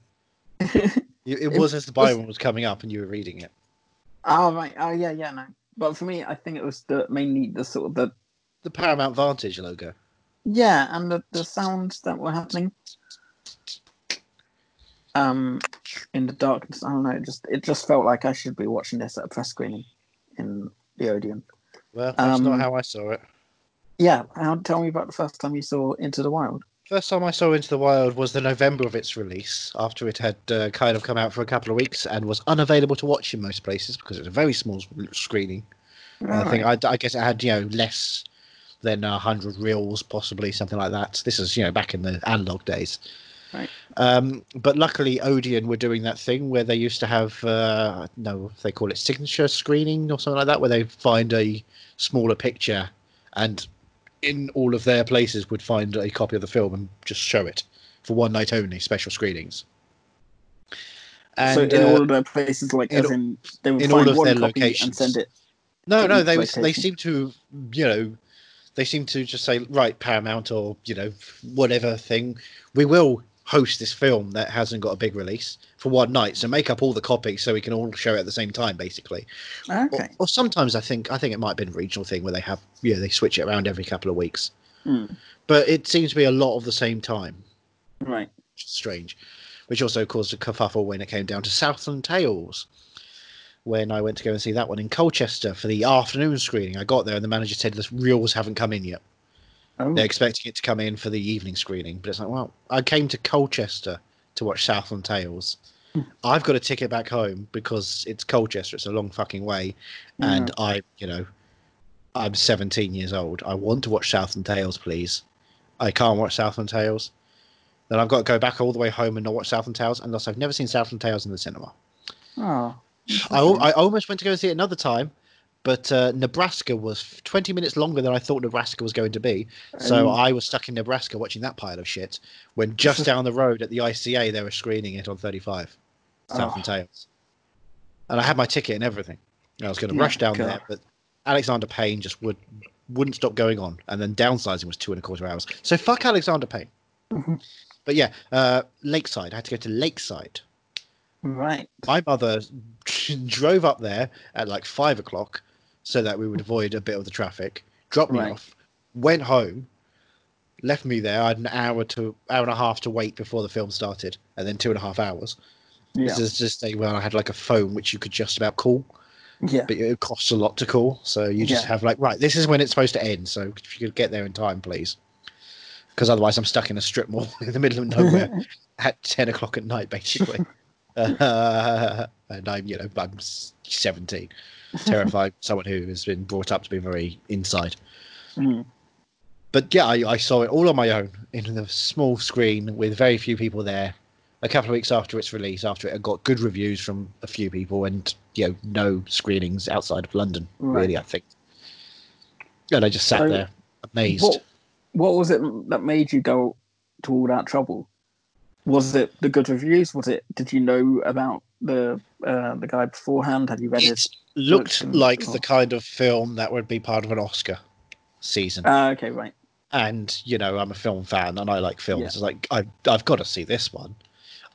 Speaker 2: it, it
Speaker 1: It
Speaker 2: was as the Byron was coming up and you were reading it.
Speaker 1: Oh right. Oh yeah, yeah, no. But for me, I think it was the, mainly the sort of the
Speaker 2: The Paramount Vantage logo.
Speaker 1: yeah, and the the sounds that were happening. um, in the darkness. I don't know. It just it just felt like I should be watching this at a press screening in the Odeon.
Speaker 2: Well, that's
Speaker 1: Um,
Speaker 2: not how I saw it.
Speaker 1: Yeah, how, tell me about the first time you saw Into the Wild.
Speaker 2: First time I saw Into the Wild was the November of its release, after it had uh, kind of come out for a couple of weeks and was unavailable to watch in most places because it was a very small s- screening. I think I, I guess it had you know less than a hundred reels, possibly something like that. This is you know back in the analog days.
Speaker 1: Right.
Speaker 2: Um, but luckily, Odeon were doing that thing where they used to have uh, no, they call it signature screening or something like that, where they find a smaller picture and in all of their places would find a copy of the film and just show it for one night only, special screenings.
Speaker 1: so
Speaker 2: And,
Speaker 1: in
Speaker 2: uh,
Speaker 1: all of their places, like
Speaker 2: in
Speaker 1: as
Speaker 2: all-
Speaker 1: in they would
Speaker 2: in
Speaker 1: find
Speaker 2: all of
Speaker 1: one
Speaker 2: their
Speaker 1: copy and
Speaker 2: locations.
Speaker 1: send it.
Speaker 2: No,
Speaker 1: Put
Speaker 2: no,
Speaker 1: into
Speaker 2: they was, they
Speaker 1: rotation.
Speaker 2: seem to you know they seem to just say right Paramount or you know whatever thing we will host this film that hasn't got a big release for one night so make up all the copies so we can all show it at the same time basically or,
Speaker 1: Okay.
Speaker 2: or sometimes i think i think it might have been a regional thing where they have yeah they switch it around every couple of weeks
Speaker 1: Hmm.
Speaker 2: but it seems to be a lot of the same time
Speaker 1: Right.
Speaker 2: which is strange, which also caused a kerfuffle when it came down to Southland Tales. When I went to go and see that one in Colchester for the afternoon screening, I got there and the manager said the reels haven't come in yet.
Speaker 1: Oh.
Speaker 2: They're expecting it to come in for the evening screening, but it's like, well, I came to Colchester to watch Southland Tales. I've got a ticket back home because it's Colchester. It's a long fucking way, and I, you know, I'm 17 years old. I want to watch Southland Tales, please. I can't watch Southland Tales. Then I've got to go back all the way home and not watch Southland Tales, unless I've never seen Southland Tales in the cinema.
Speaker 1: Oh.
Speaker 2: I, al- I almost went to go see it another time, but uh, Nebraska was 20 minutes longer than I thought Nebraska was going to be. So
Speaker 1: Um.
Speaker 2: I was stuck in Nebraska watching that pile of shit when just down the road at the ICA they were screening it on 35,
Speaker 1: Oh.
Speaker 2: Southland Tales. And I had my ticket and everything. And I was going to
Speaker 1: Yeah,
Speaker 2: rush down
Speaker 1: God.
Speaker 2: there, but Alexander Payne just would, wouldn't stop going on. And then downsizing was two and a quarter hours. So fuck Alexander Payne.
Speaker 1: Mm-hmm.
Speaker 2: But yeah, uh, Lakeside. I had to go to Lakeside
Speaker 1: Right.
Speaker 2: my mother drove up there at like five o'clock so that we would avoid a bit of the traffic dropped me
Speaker 1: Right.
Speaker 2: off went home left me there i had an hour to hour and a half to wait before the film started and then two and a half hours
Speaker 1: Yeah.
Speaker 2: this is just a well i had like a phone which you could just about call
Speaker 1: yeah.
Speaker 2: but it costs a lot to call so you just
Speaker 1: Yeah.
Speaker 2: have like right this is when it's supposed to end so if you could get there in time please because otherwise i'm stuck in a strip mall in the middle of nowhere at 10 o'clock at night basically uh, and i'm you know i'm s- 17 terrified someone who has been brought up to be very inside
Speaker 1: Mm.
Speaker 2: but yeah I, I saw it all on my own in the small screen with very few people there a couple of weeks after its release after it had got good reviews from a few people and you know no screenings outside of london
Speaker 1: Right.
Speaker 2: really i think and i just sat
Speaker 1: So,
Speaker 2: there amazed
Speaker 1: What What was it that made you go to all that trouble? Was it the good reviews? Was it? Did you know about the uh, the guy beforehand? Had you read
Speaker 2: it
Speaker 1: his?
Speaker 2: looked
Speaker 1: looked
Speaker 2: like
Speaker 1: cool.
Speaker 2: the kind of film that would be part of an oscar season
Speaker 1: Ah, okay, right.
Speaker 2: and you know I'm a film fan and I like films.
Speaker 1: Yeah.
Speaker 2: It's like I I've got to see this one.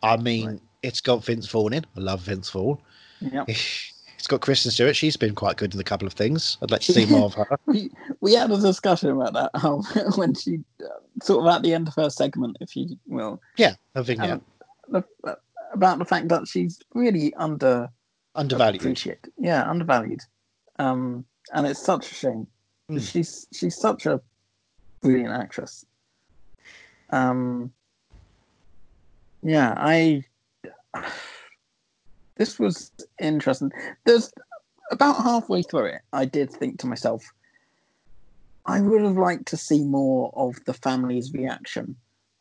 Speaker 2: I mean, it's got Vince Vaughn in. I love Vince Vaughn.
Speaker 1: Yeah.
Speaker 2: It's got Kristen Stewart. She's been quite good in a couple of things. I'd like to see more of her.
Speaker 1: we we had a discussion about that how, when she uh, sort of at the end of her segment, if you will,
Speaker 2: Yeah, her vignette
Speaker 1: Um, the, about the fact that she's really under
Speaker 2: undervalued.
Speaker 1: appreciated. Yeah, undervalued. Um, and it's such a shame.
Speaker 2: Mm.
Speaker 1: She's she's such a brilliant actress. Um, yeah, I. This was interesting. There's about halfway through it, I did think to myself, I would have liked to see more of the family's reaction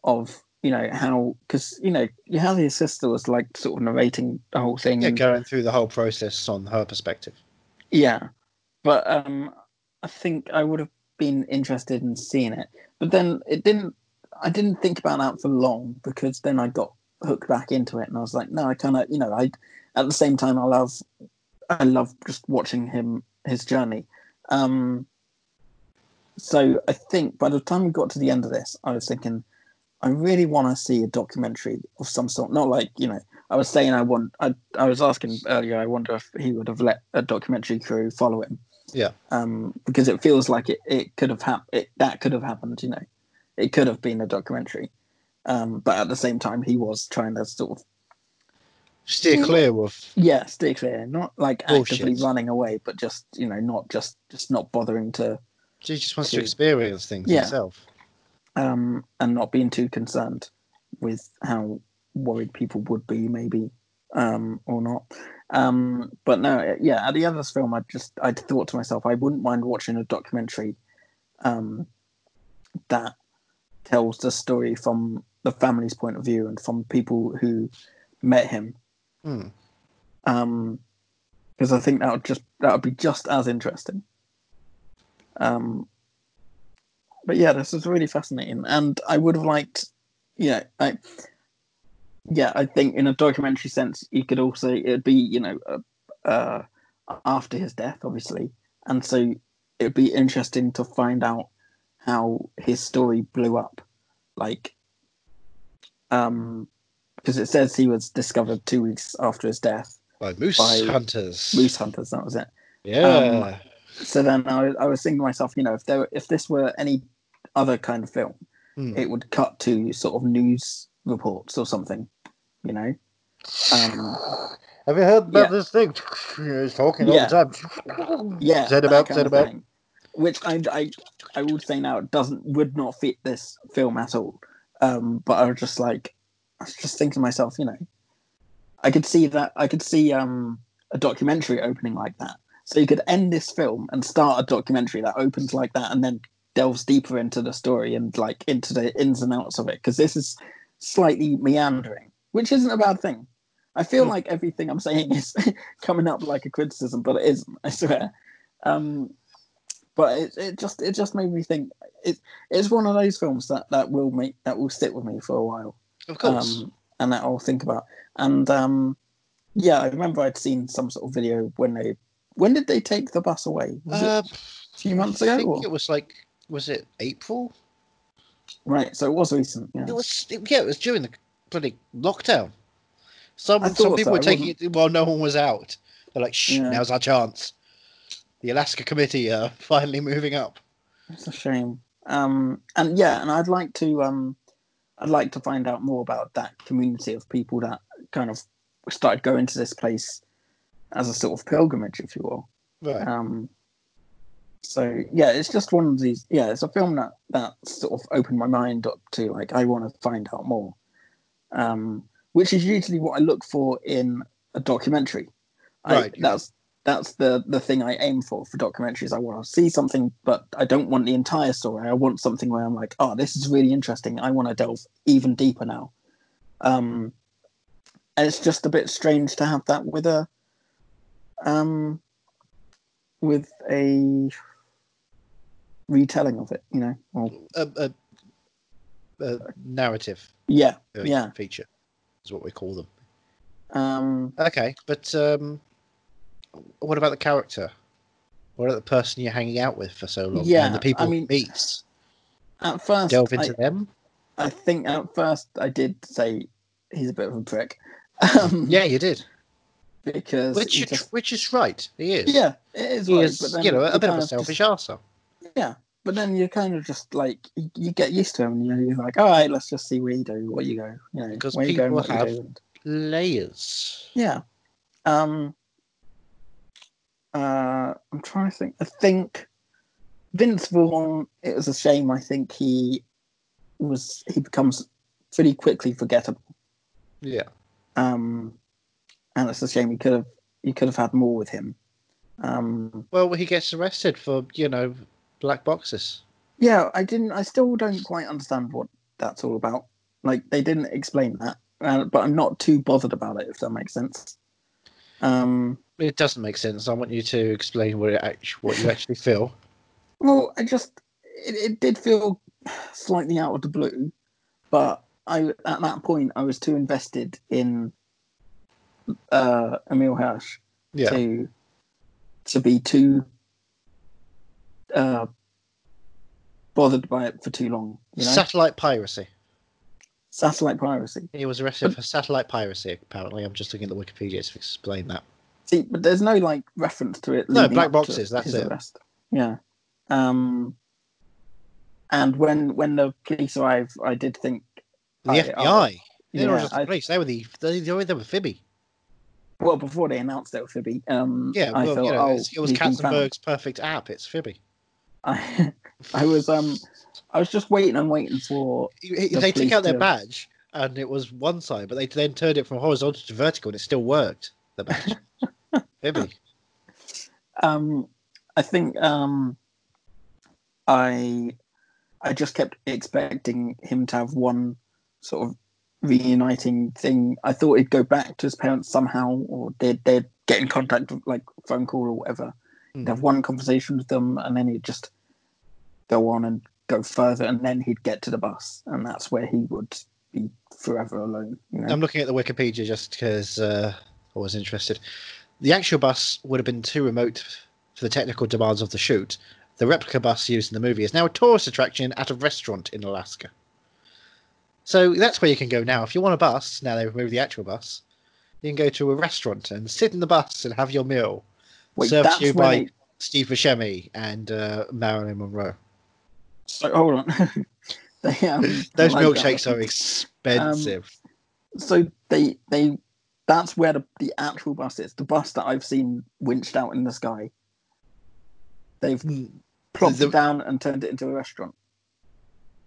Speaker 1: of you know how because you know Yahalia's sister was like sort of narrating the whole thing.
Speaker 2: Yeah,
Speaker 1: and-
Speaker 2: going through the whole process on her perspective.
Speaker 1: yeah, but um, I think I would have been interested in seeing it. But then it didn't. I didn't think about that for long because then I got hooked back into it, and I was like, no, I kind of, you know, I. At the same time, I love, I love just watching him his journey. Um, so I think by the time we got to the end of this, I was thinking, I really want to see a documentary of some sort. Not like you know, I was saying I want. I I was asking earlier. I wonder if he would have let a documentary crew follow him.
Speaker 2: Yeah.
Speaker 1: Um, because it feels like it, it could have happened. That could have happened. You know, it could have been a documentary. Um, but at the same time, he was trying to sort of
Speaker 2: Steer clear of.
Speaker 1: Yeah, stay clear. Not like
Speaker 2: Bullshit.
Speaker 1: actively running away, but just you know, not just just not bothering to
Speaker 2: She just wants to
Speaker 1: Dude.
Speaker 2: experience things
Speaker 1: Yeah.
Speaker 2: herself.
Speaker 1: um and not being too concerned with how worried people would be, maybe um or not. Um, but no, it- yeah. At the other film, I just I thought to myself, I wouldn't mind watching a documentary um that tells the story from the family's point of view and from people who met him
Speaker 2: Hmm.
Speaker 1: um because i think that would just that would be just as interesting um but yeah this is really fascinating and i would have liked yeah i yeah i think in a documentary sense you could also it'd be you know uh, uh after his death obviously and so it'd be interesting to find out how his story blew up like um because it says he was discovered two weeks after his death
Speaker 2: By moose
Speaker 1: By-
Speaker 2: hunters.
Speaker 1: Moose um, Hunters, that was it.
Speaker 2: Yeah.
Speaker 1: So then I, I was thinking to myself, you know, if there were- if this were any other kind of film,
Speaker 2: Hmm.
Speaker 1: it would cut to sort of news reports or something, you know. Um,
Speaker 2: Have you heard
Speaker 1: about yeah.
Speaker 2: this thing? He's talking
Speaker 1: all the Yeah.
Speaker 2: time.
Speaker 1: yeah,
Speaker 2: Said
Speaker 1: that
Speaker 2: about-
Speaker 1: kind
Speaker 2: said
Speaker 1: of
Speaker 2: about.
Speaker 1: thing. Which I, I I would say now it doesn't would not fit this film at all. Um, but I was just like, I was just thinking to myself, you know, I could see that I could see um a documentary opening like that. So you could end this film and start a documentary that opens like that and then delves deeper into the story and like into the ins and outs of it because this is slightly meandering, which isn't a bad thing. I feel like everything I'm saying is coming up like a criticism, but it isn't. I swear. Um, but it, it just it just made me think. It, it's one of those films that, that will make that will sit with me for a while
Speaker 2: Of course.
Speaker 1: um, and that I'll think about. And um, yeah, I remember I'd seen some sort of video when they when did they take the bus away? Was it
Speaker 2: Uh,
Speaker 1: a few months
Speaker 2: I
Speaker 1: ago?
Speaker 2: think
Speaker 1: or-
Speaker 2: it was like, was it April?
Speaker 1: Right, so it was recent. Yeah.
Speaker 2: It was, it- yeah, it was during the bloody lockdown. Some
Speaker 1: I
Speaker 2: some
Speaker 1: thought
Speaker 2: people
Speaker 1: so,
Speaker 2: were
Speaker 1: I
Speaker 2: taking it while no one was out. They're like, shh,
Speaker 1: Yeah.
Speaker 2: now's our chance. The Alaska Committee are finally moving up.
Speaker 1: It's a shame. Um, and yeah, and I'd like to um, I'd like to find out more about that community of people that kind of started going to this place as a sort of pilgrimage, if you will.
Speaker 2: Right.
Speaker 1: Um, so yeah, it's just one of these. Yeah, it's a film that that sort of opened my mind up to like I want to find out more, um, which is usually what I look for in a documentary.
Speaker 2: Right.
Speaker 1: I, that's that's the the thing I aim for for documentaries. I want to see something, but I don't want the entire story. I want something where I'm like, oh, this is really interesting. I want to delve even deeper now. Um, and it's just a bit strange to have that with a um with a retelling of it, you know. Or,
Speaker 2: A, a, a narrative
Speaker 1: yeah,
Speaker 2: uh,
Speaker 1: Yeah.
Speaker 2: feature is what we call them.
Speaker 1: um,
Speaker 2: Okay, but um, what about the character? What about the person you're hanging out with for so long?
Speaker 1: Yeah,
Speaker 2: and the people
Speaker 1: I mean,
Speaker 2: you meet.
Speaker 1: at first,
Speaker 2: Delve
Speaker 1: I,
Speaker 2: into them.
Speaker 1: I think at first I did say he's a bit of a prick. Um,
Speaker 2: Yeah, you did.
Speaker 1: because
Speaker 2: Which
Speaker 1: he
Speaker 2: you-
Speaker 1: just-
Speaker 2: which is right. He is.
Speaker 1: yeah, it is.
Speaker 2: He
Speaker 1: right,
Speaker 2: is,
Speaker 1: but then
Speaker 2: you know, a
Speaker 1: you
Speaker 2: bit of
Speaker 1: kind
Speaker 2: a
Speaker 1: just-
Speaker 2: selfish arsehole.
Speaker 1: but then you're kind of just like you, you get used to him, and you know, you're like, all right, let's just see where you do, what you go, you know,
Speaker 2: Because
Speaker 1: where you go, and
Speaker 2: people
Speaker 1: what you do.
Speaker 2: have- Layers.
Speaker 1: Yeah. Um uh I'm trying to think. I think Vince Vaughn, it was a shame, I think he was he becomes pretty quickly forgettable.
Speaker 2: Yeah.
Speaker 1: Um and it's a shame you could have you could have had more with him. Um
Speaker 2: Well, he gets arrested for you know black boxes.
Speaker 1: yeah, I didn't I still don't quite understand what that's all about. Like they didn't explain that. Uh, but I'm not too bothered about it if that makes sense. Um
Speaker 2: It doesn't make sense. I want you to explain what it act- what you actually feel.
Speaker 1: Well, I just it, it did feel slightly out of the blue, but I at that point I was too invested in uh, Emil Hirsch
Speaker 2: Yeah.
Speaker 1: to to be too uh, bothered by it for too long. You know,
Speaker 2: Satellite piracy.
Speaker 1: satellite piracy.
Speaker 2: He was arrested for satellite piracy. Apparently, I'm just looking at the Wikipedia to explain that.
Speaker 1: See, but there's no like reference to it.
Speaker 2: No,
Speaker 1: leading
Speaker 2: black
Speaker 1: up to
Speaker 2: boxes, that's
Speaker 1: his
Speaker 2: it.
Speaker 1: arrest. Yeah. Um. And when when the police arrived, I did think
Speaker 2: The
Speaker 1: I-
Speaker 2: FBI.
Speaker 1: I'll-
Speaker 2: They were
Speaker 1: yeah,
Speaker 2: just the
Speaker 1: I,
Speaker 2: police. They were the they, they were the amphibia.
Speaker 1: well, before they announced it was Phoebe, um,
Speaker 2: Yeah,
Speaker 1: I
Speaker 2: well,
Speaker 1: thought,
Speaker 2: you know,
Speaker 1: oh,
Speaker 2: it's- it was
Speaker 1: he's been found.
Speaker 2: Katzenberg's perfect app. It's Phoebe.
Speaker 1: I, I was um I was just waiting and waiting for
Speaker 2: You- he-
Speaker 1: The
Speaker 2: they took
Speaker 1: police
Speaker 2: out their
Speaker 1: do.
Speaker 2: badge, and it was one side, but they then turned it from horizontal to vertical, and it still worked. The badge, Phoebe.
Speaker 1: um I think um I I just kept expecting him to have one sort of reuniting thing. I thought he'd go back to his parents somehow or they'd they'd get in contact like phone call or whatever. He'd
Speaker 2: Hmm.
Speaker 1: have one conversation with them and then he'd just go on and go further and then he'd get to the bus and that's where he would be forever alone. You know?
Speaker 2: I'm looking at the Wikipedia just because uh, I was interested. The actual bus would have been too remote for the technical demands of the shoot. The replica bus used in the movie is now a tourist attraction at a restaurant in Alaska. So that's where you can go now. If you want a bus, now they've removed the actual bus, you can go to a restaurant and sit in the bus and have your meal.
Speaker 1: Wait,
Speaker 2: served
Speaker 1: that's
Speaker 2: to you
Speaker 1: where
Speaker 2: by
Speaker 1: they-
Speaker 2: Steve Buscemi and uh, Marilyn Monroe.
Speaker 1: So hold on. they, um,
Speaker 2: Those
Speaker 1: like that.
Speaker 2: milkshakes are expensive.
Speaker 1: So they they that's where the, the actual bus is. The bus that I've seen winched out in the sky. They've plopped
Speaker 2: The-
Speaker 1: it down and turned it into a restaurant.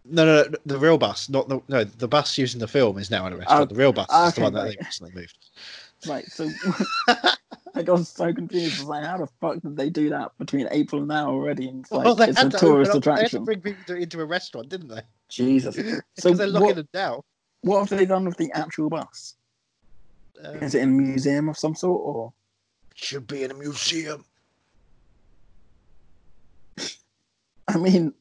Speaker 2: No, no, no, the real bus, not the no. The bus used in the film is now in a restaurant. the real bus is the
Speaker 1: Oh, okay,
Speaker 2: one that
Speaker 1: right.
Speaker 2: they recently moved.
Speaker 1: Right. So I got so confused. I was like, how the fuck did they do that between April and now already? And it's like
Speaker 2: well, they
Speaker 1: it's a
Speaker 2: had to open
Speaker 1: tourist
Speaker 2: up- They had to
Speaker 1: attraction.
Speaker 2: bring people to- into a restaurant, didn't they?
Speaker 1: Jesus. So
Speaker 2: Because they're locking
Speaker 1: what,
Speaker 2: them down.
Speaker 1: what have they done with the actual bus?
Speaker 2: Um,
Speaker 1: Is it in a museum of some sort or?
Speaker 10: Should be in a museum.
Speaker 1: I mean,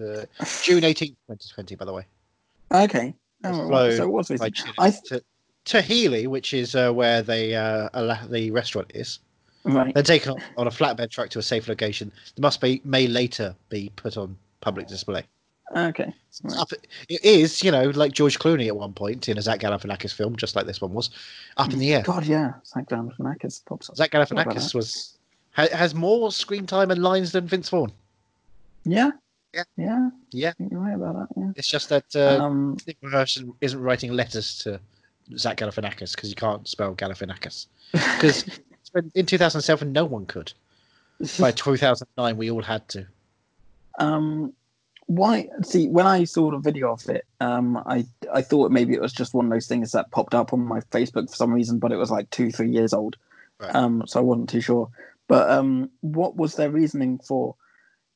Speaker 2: uh, June eighteenth, twenty twenty. By the way,
Speaker 1: okay.
Speaker 2: It's
Speaker 1: Oh,
Speaker 2: flown
Speaker 1: so it was.
Speaker 2: by
Speaker 1: recent.
Speaker 2: June
Speaker 1: I
Speaker 2: to Tahili, which is uh, where they uh, ala- the restaurant is.
Speaker 1: Right.
Speaker 2: They're taken on- on a flatbed truck to a safe location. They must be may later be put on public display.
Speaker 1: Okay.
Speaker 2: It's
Speaker 1: Right.
Speaker 2: Up, it is, you know, like George Clooney at one point in a Zach Galifianakis film, just like this one was, up in the air.
Speaker 1: God, yeah. Zach Galifianakis pops up.
Speaker 2: Zach
Speaker 1: Sorry Mm. about
Speaker 2: Galifianakis
Speaker 1: that.
Speaker 2: was ha, has more screen time and lines than Vince Vaughn.
Speaker 1: Yeah.
Speaker 2: Yeah.
Speaker 1: Yeah.
Speaker 2: Yeah.
Speaker 1: I think you're right about that. Yeah.
Speaker 2: It's just that uh,
Speaker 1: um,
Speaker 2: Nick Rehearson isn't writing letters to Zach Galifianakis because you can't spell Galifianakis. Because in 2007, no one could. By 2009, we all had to.
Speaker 1: um, why? See, when I saw the video of it, um, I I thought maybe it was just one of those things that popped up on my Facebook for some reason, but it was like two, three years old,
Speaker 2: Right.
Speaker 1: um, so I wasn't too sure. But um, what was their reasoning for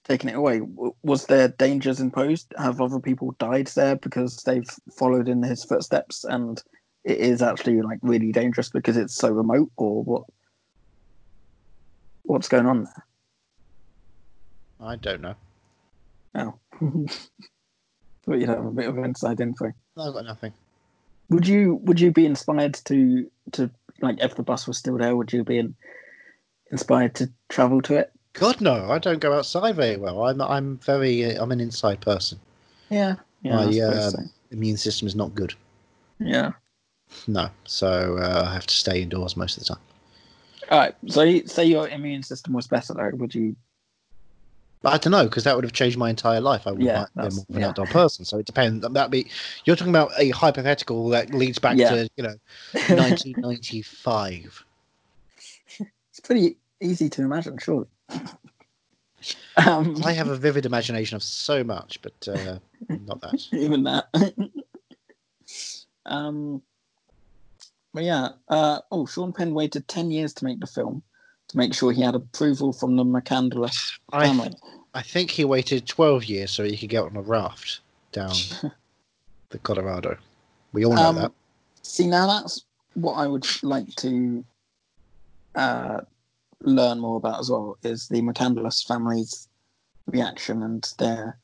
Speaker 1: taking it away? W- Was there dangers imposed? Have other people died there because they've followed in his footsteps, and it is actually like really dangerous because it's so remote, or what? What's going on there?
Speaker 2: I don't know.
Speaker 1: Oh. Thought you'd have a bit of inside info.
Speaker 2: I've got nothing.
Speaker 1: Would you would you be inspired to to like if the bus was still there? Would you be in, inspired to travel to it?
Speaker 2: God no, I don't go outside very well. I'm I'm very uh, I'm an inside person.
Speaker 1: Yeah, yeah,
Speaker 2: I,
Speaker 1: I suppose
Speaker 2: uh,
Speaker 1: so.
Speaker 2: Immune system is not good.
Speaker 1: yeah.
Speaker 2: No, so uh, I have to stay indoors most of the time.
Speaker 1: All right. So you- say your immune system was better though. Would you?
Speaker 2: But I don't know because that would have changed my entire life. I would
Speaker 1: Yeah,
Speaker 2: have been
Speaker 1: that's-
Speaker 2: more of an
Speaker 1: yeah.
Speaker 2: outdoor person. So it depends. That be you're talking about a hypothetical that leads back
Speaker 1: Yeah.
Speaker 2: to you know 1995.
Speaker 1: It's pretty easy to imagine, surely. um,
Speaker 2: I have a vivid imagination of so much, but uh, not that.
Speaker 1: even that. um, but yeah, uh, oh, Sean Penn waited 10 years to make the film to make sure he had approval from the McCandless
Speaker 2: I
Speaker 1: family.
Speaker 2: I think he waited 12 years so he could get on a raft down the Colorado. We all know
Speaker 1: Um,
Speaker 2: that.
Speaker 1: See, now that's what I would like to uh, learn more about as well is the McCandless family's reaction and their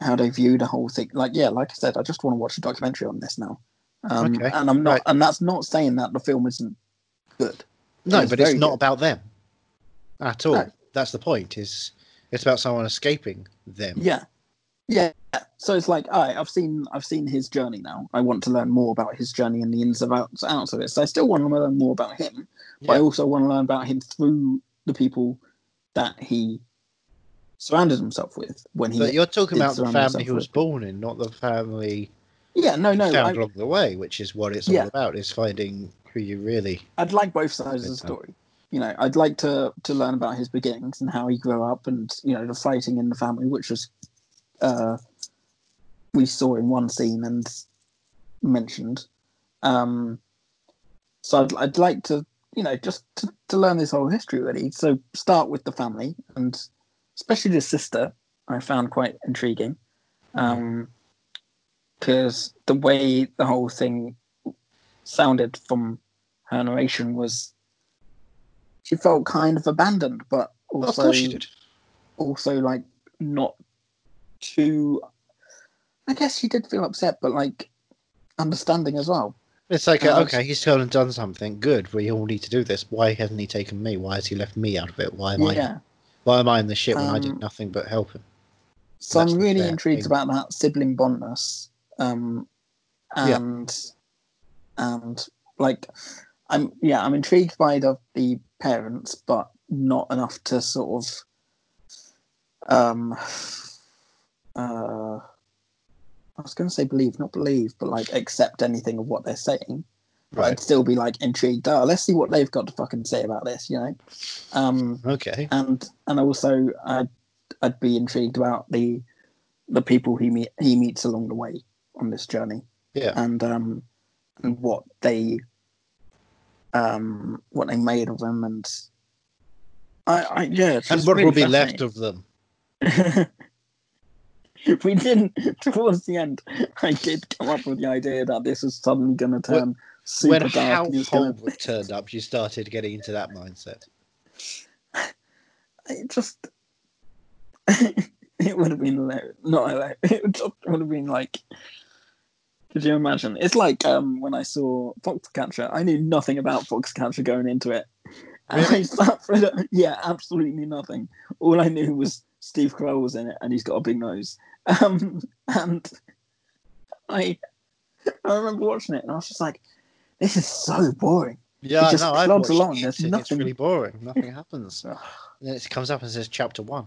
Speaker 1: how they view the whole thing. Like, yeah, like I said, I just want to watch a documentary on this now. Um,
Speaker 2: Okay,
Speaker 1: And I'm not,
Speaker 2: right.
Speaker 1: and that's not saying that the film isn't good.
Speaker 2: No,
Speaker 1: it's
Speaker 2: but it's
Speaker 1: very
Speaker 2: not
Speaker 1: good.
Speaker 2: about them at all.
Speaker 1: No.
Speaker 2: That's the point. Is it's about someone escaping them.
Speaker 1: Yeah, yeah. So it's like, all right, I've seen, I've seen his journey now. I want to learn more about his journey and the ins and outs, outs of it. So I still want to learn more about him, but I
Speaker 2: Yeah.
Speaker 1: also want to learn about him through the people that he surrounded himself with when he.
Speaker 2: But you're talking
Speaker 1: did
Speaker 2: about the
Speaker 1: surround
Speaker 2: family
Speaker 1: himself
Speaker 2: he was
Speaker 1: with.
Speaker 2: born in, not the family
Speaker 1: Yeah, no, no.
Speaker 2: found
Speaker 1: I,
Speaker 2: along the way, which is what it's all
Speaker 1: Yeah.
Speaker 2: about, is finding who you really.
Speaker 1: I'd like both sides of the
Speaker 2: Good time.
Speaker 1: story. You know, I'd like to to learn about his beginnings and how he grew up, and you know, the fighting in the family, which was uh, we saw in one scene and mentioned. Um, so I'd, I'd like to, you know, just to, to learn this whole history really. So start with the family, and especially the sister, I found quite intriguing, because the way the whole thing sounded from her narration was she felt kind of abandoned, but also
Speaker 2: of course you did.
Speaker 1: also like not too i guess she did feel upset but like understanding as well
Speaker 2: It's like, uh,
Speaker 1: Um,
Speaker 2: okay, he's gone and done something good. We all need to do this. Why hasn't he taken me? Why has he left me out of it? Why am I?
Speaker 1: yeah
Speaker 2: Why am I in the shit when I
Speaker 1: Um,
Speaker 2: did nothing but help him?
Speaker 1: so i'm
Speaker 2: that's the
Speaker 1: really
Speaker 2: fair
Speaker 1: intrigued
Speaker 2: thing.
Speaker 1: about that sibling bondness um
Speaker 2: Yeah.
Speaker 1: and and like i'm yeah i'm intrigued by the the parents but not enough to sort of um uh i was going to say believe not believe but like accept anything of what they're saying I'd still be like intrigued. Oh, let's see what they've got to fucking say about this, you know. Um,
Speaker 2: Okay.
Speaker 1: and and also I'd I'd be intrigued about the the people he meet he meets along the way on this journey,
Speaker 2: Yeah.
Speaker 1: and um and what they um what they made of him, and I, I yeah, it's
Speaker 2: And
Speaker 1: just
Speaker 2: what
Speaker 1: really
Speaker 2: will be left
Speaker 1: fascinating.
Speaker 2: of them?
Speaker 1: we didn't towards the end. I did come up with the idea that this is suddenly going to turn super
Speaker 2: When
Speaker 1: dark. and
Speaker 2: Hal
Speaker 1: it's gonna-
Speaker 2: Holbrook turned up, you started getting into that mindset.
Speaker 1: it just it would have been hilarious. not hilarious. It would just would have been like could you imagine? It's like um when I saw Foxcatcher. I knew nothing about Foxcatcher going into it. And I sat for the- yeah, absolutely nothing. All I knew was Steve Carell was in it and he's got a big nose. Um and I I remember watching it and I was just like, this is so boring.
Speaker 2: Yeah,
Speaker 1: just
Speaker 2: no, I've
Speaker 1: plods
Speaker 2: watched
Speaker 1: along,
Speaker 2: it.
Speaker 1: there's
Speaker 2: It's- It's
Speaker 1: nothing-
Speaker 2: really boring. Nothing happens.
Speaker 1: Ugh.
Speaker 2: And then it comes up and says chapter one.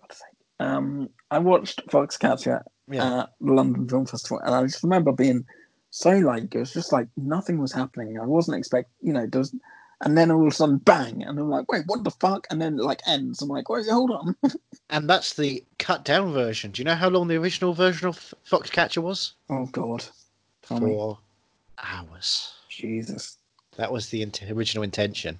Speaker 1: God's sake. Um I watched Foxcatcher
Speaker 2: Yeah.
Speaker 1: uh, the London Film Festival, and I just remember being so like it was just like nothing was happening. I wasn't expect, you know, does, and then all of a sudden, bang, and I'm like, wait, what the fuck? And then it like ends. I'm like, wait, hold on.
Speaker 2: and that's the cut down version. Do you know how long the original version of Foxcatcher was?
Speaker 1: oh god, tell me,
Speaker 2: Four hours.
Speaker 1: Jesus.
Speaker 2: That was the int- original intention.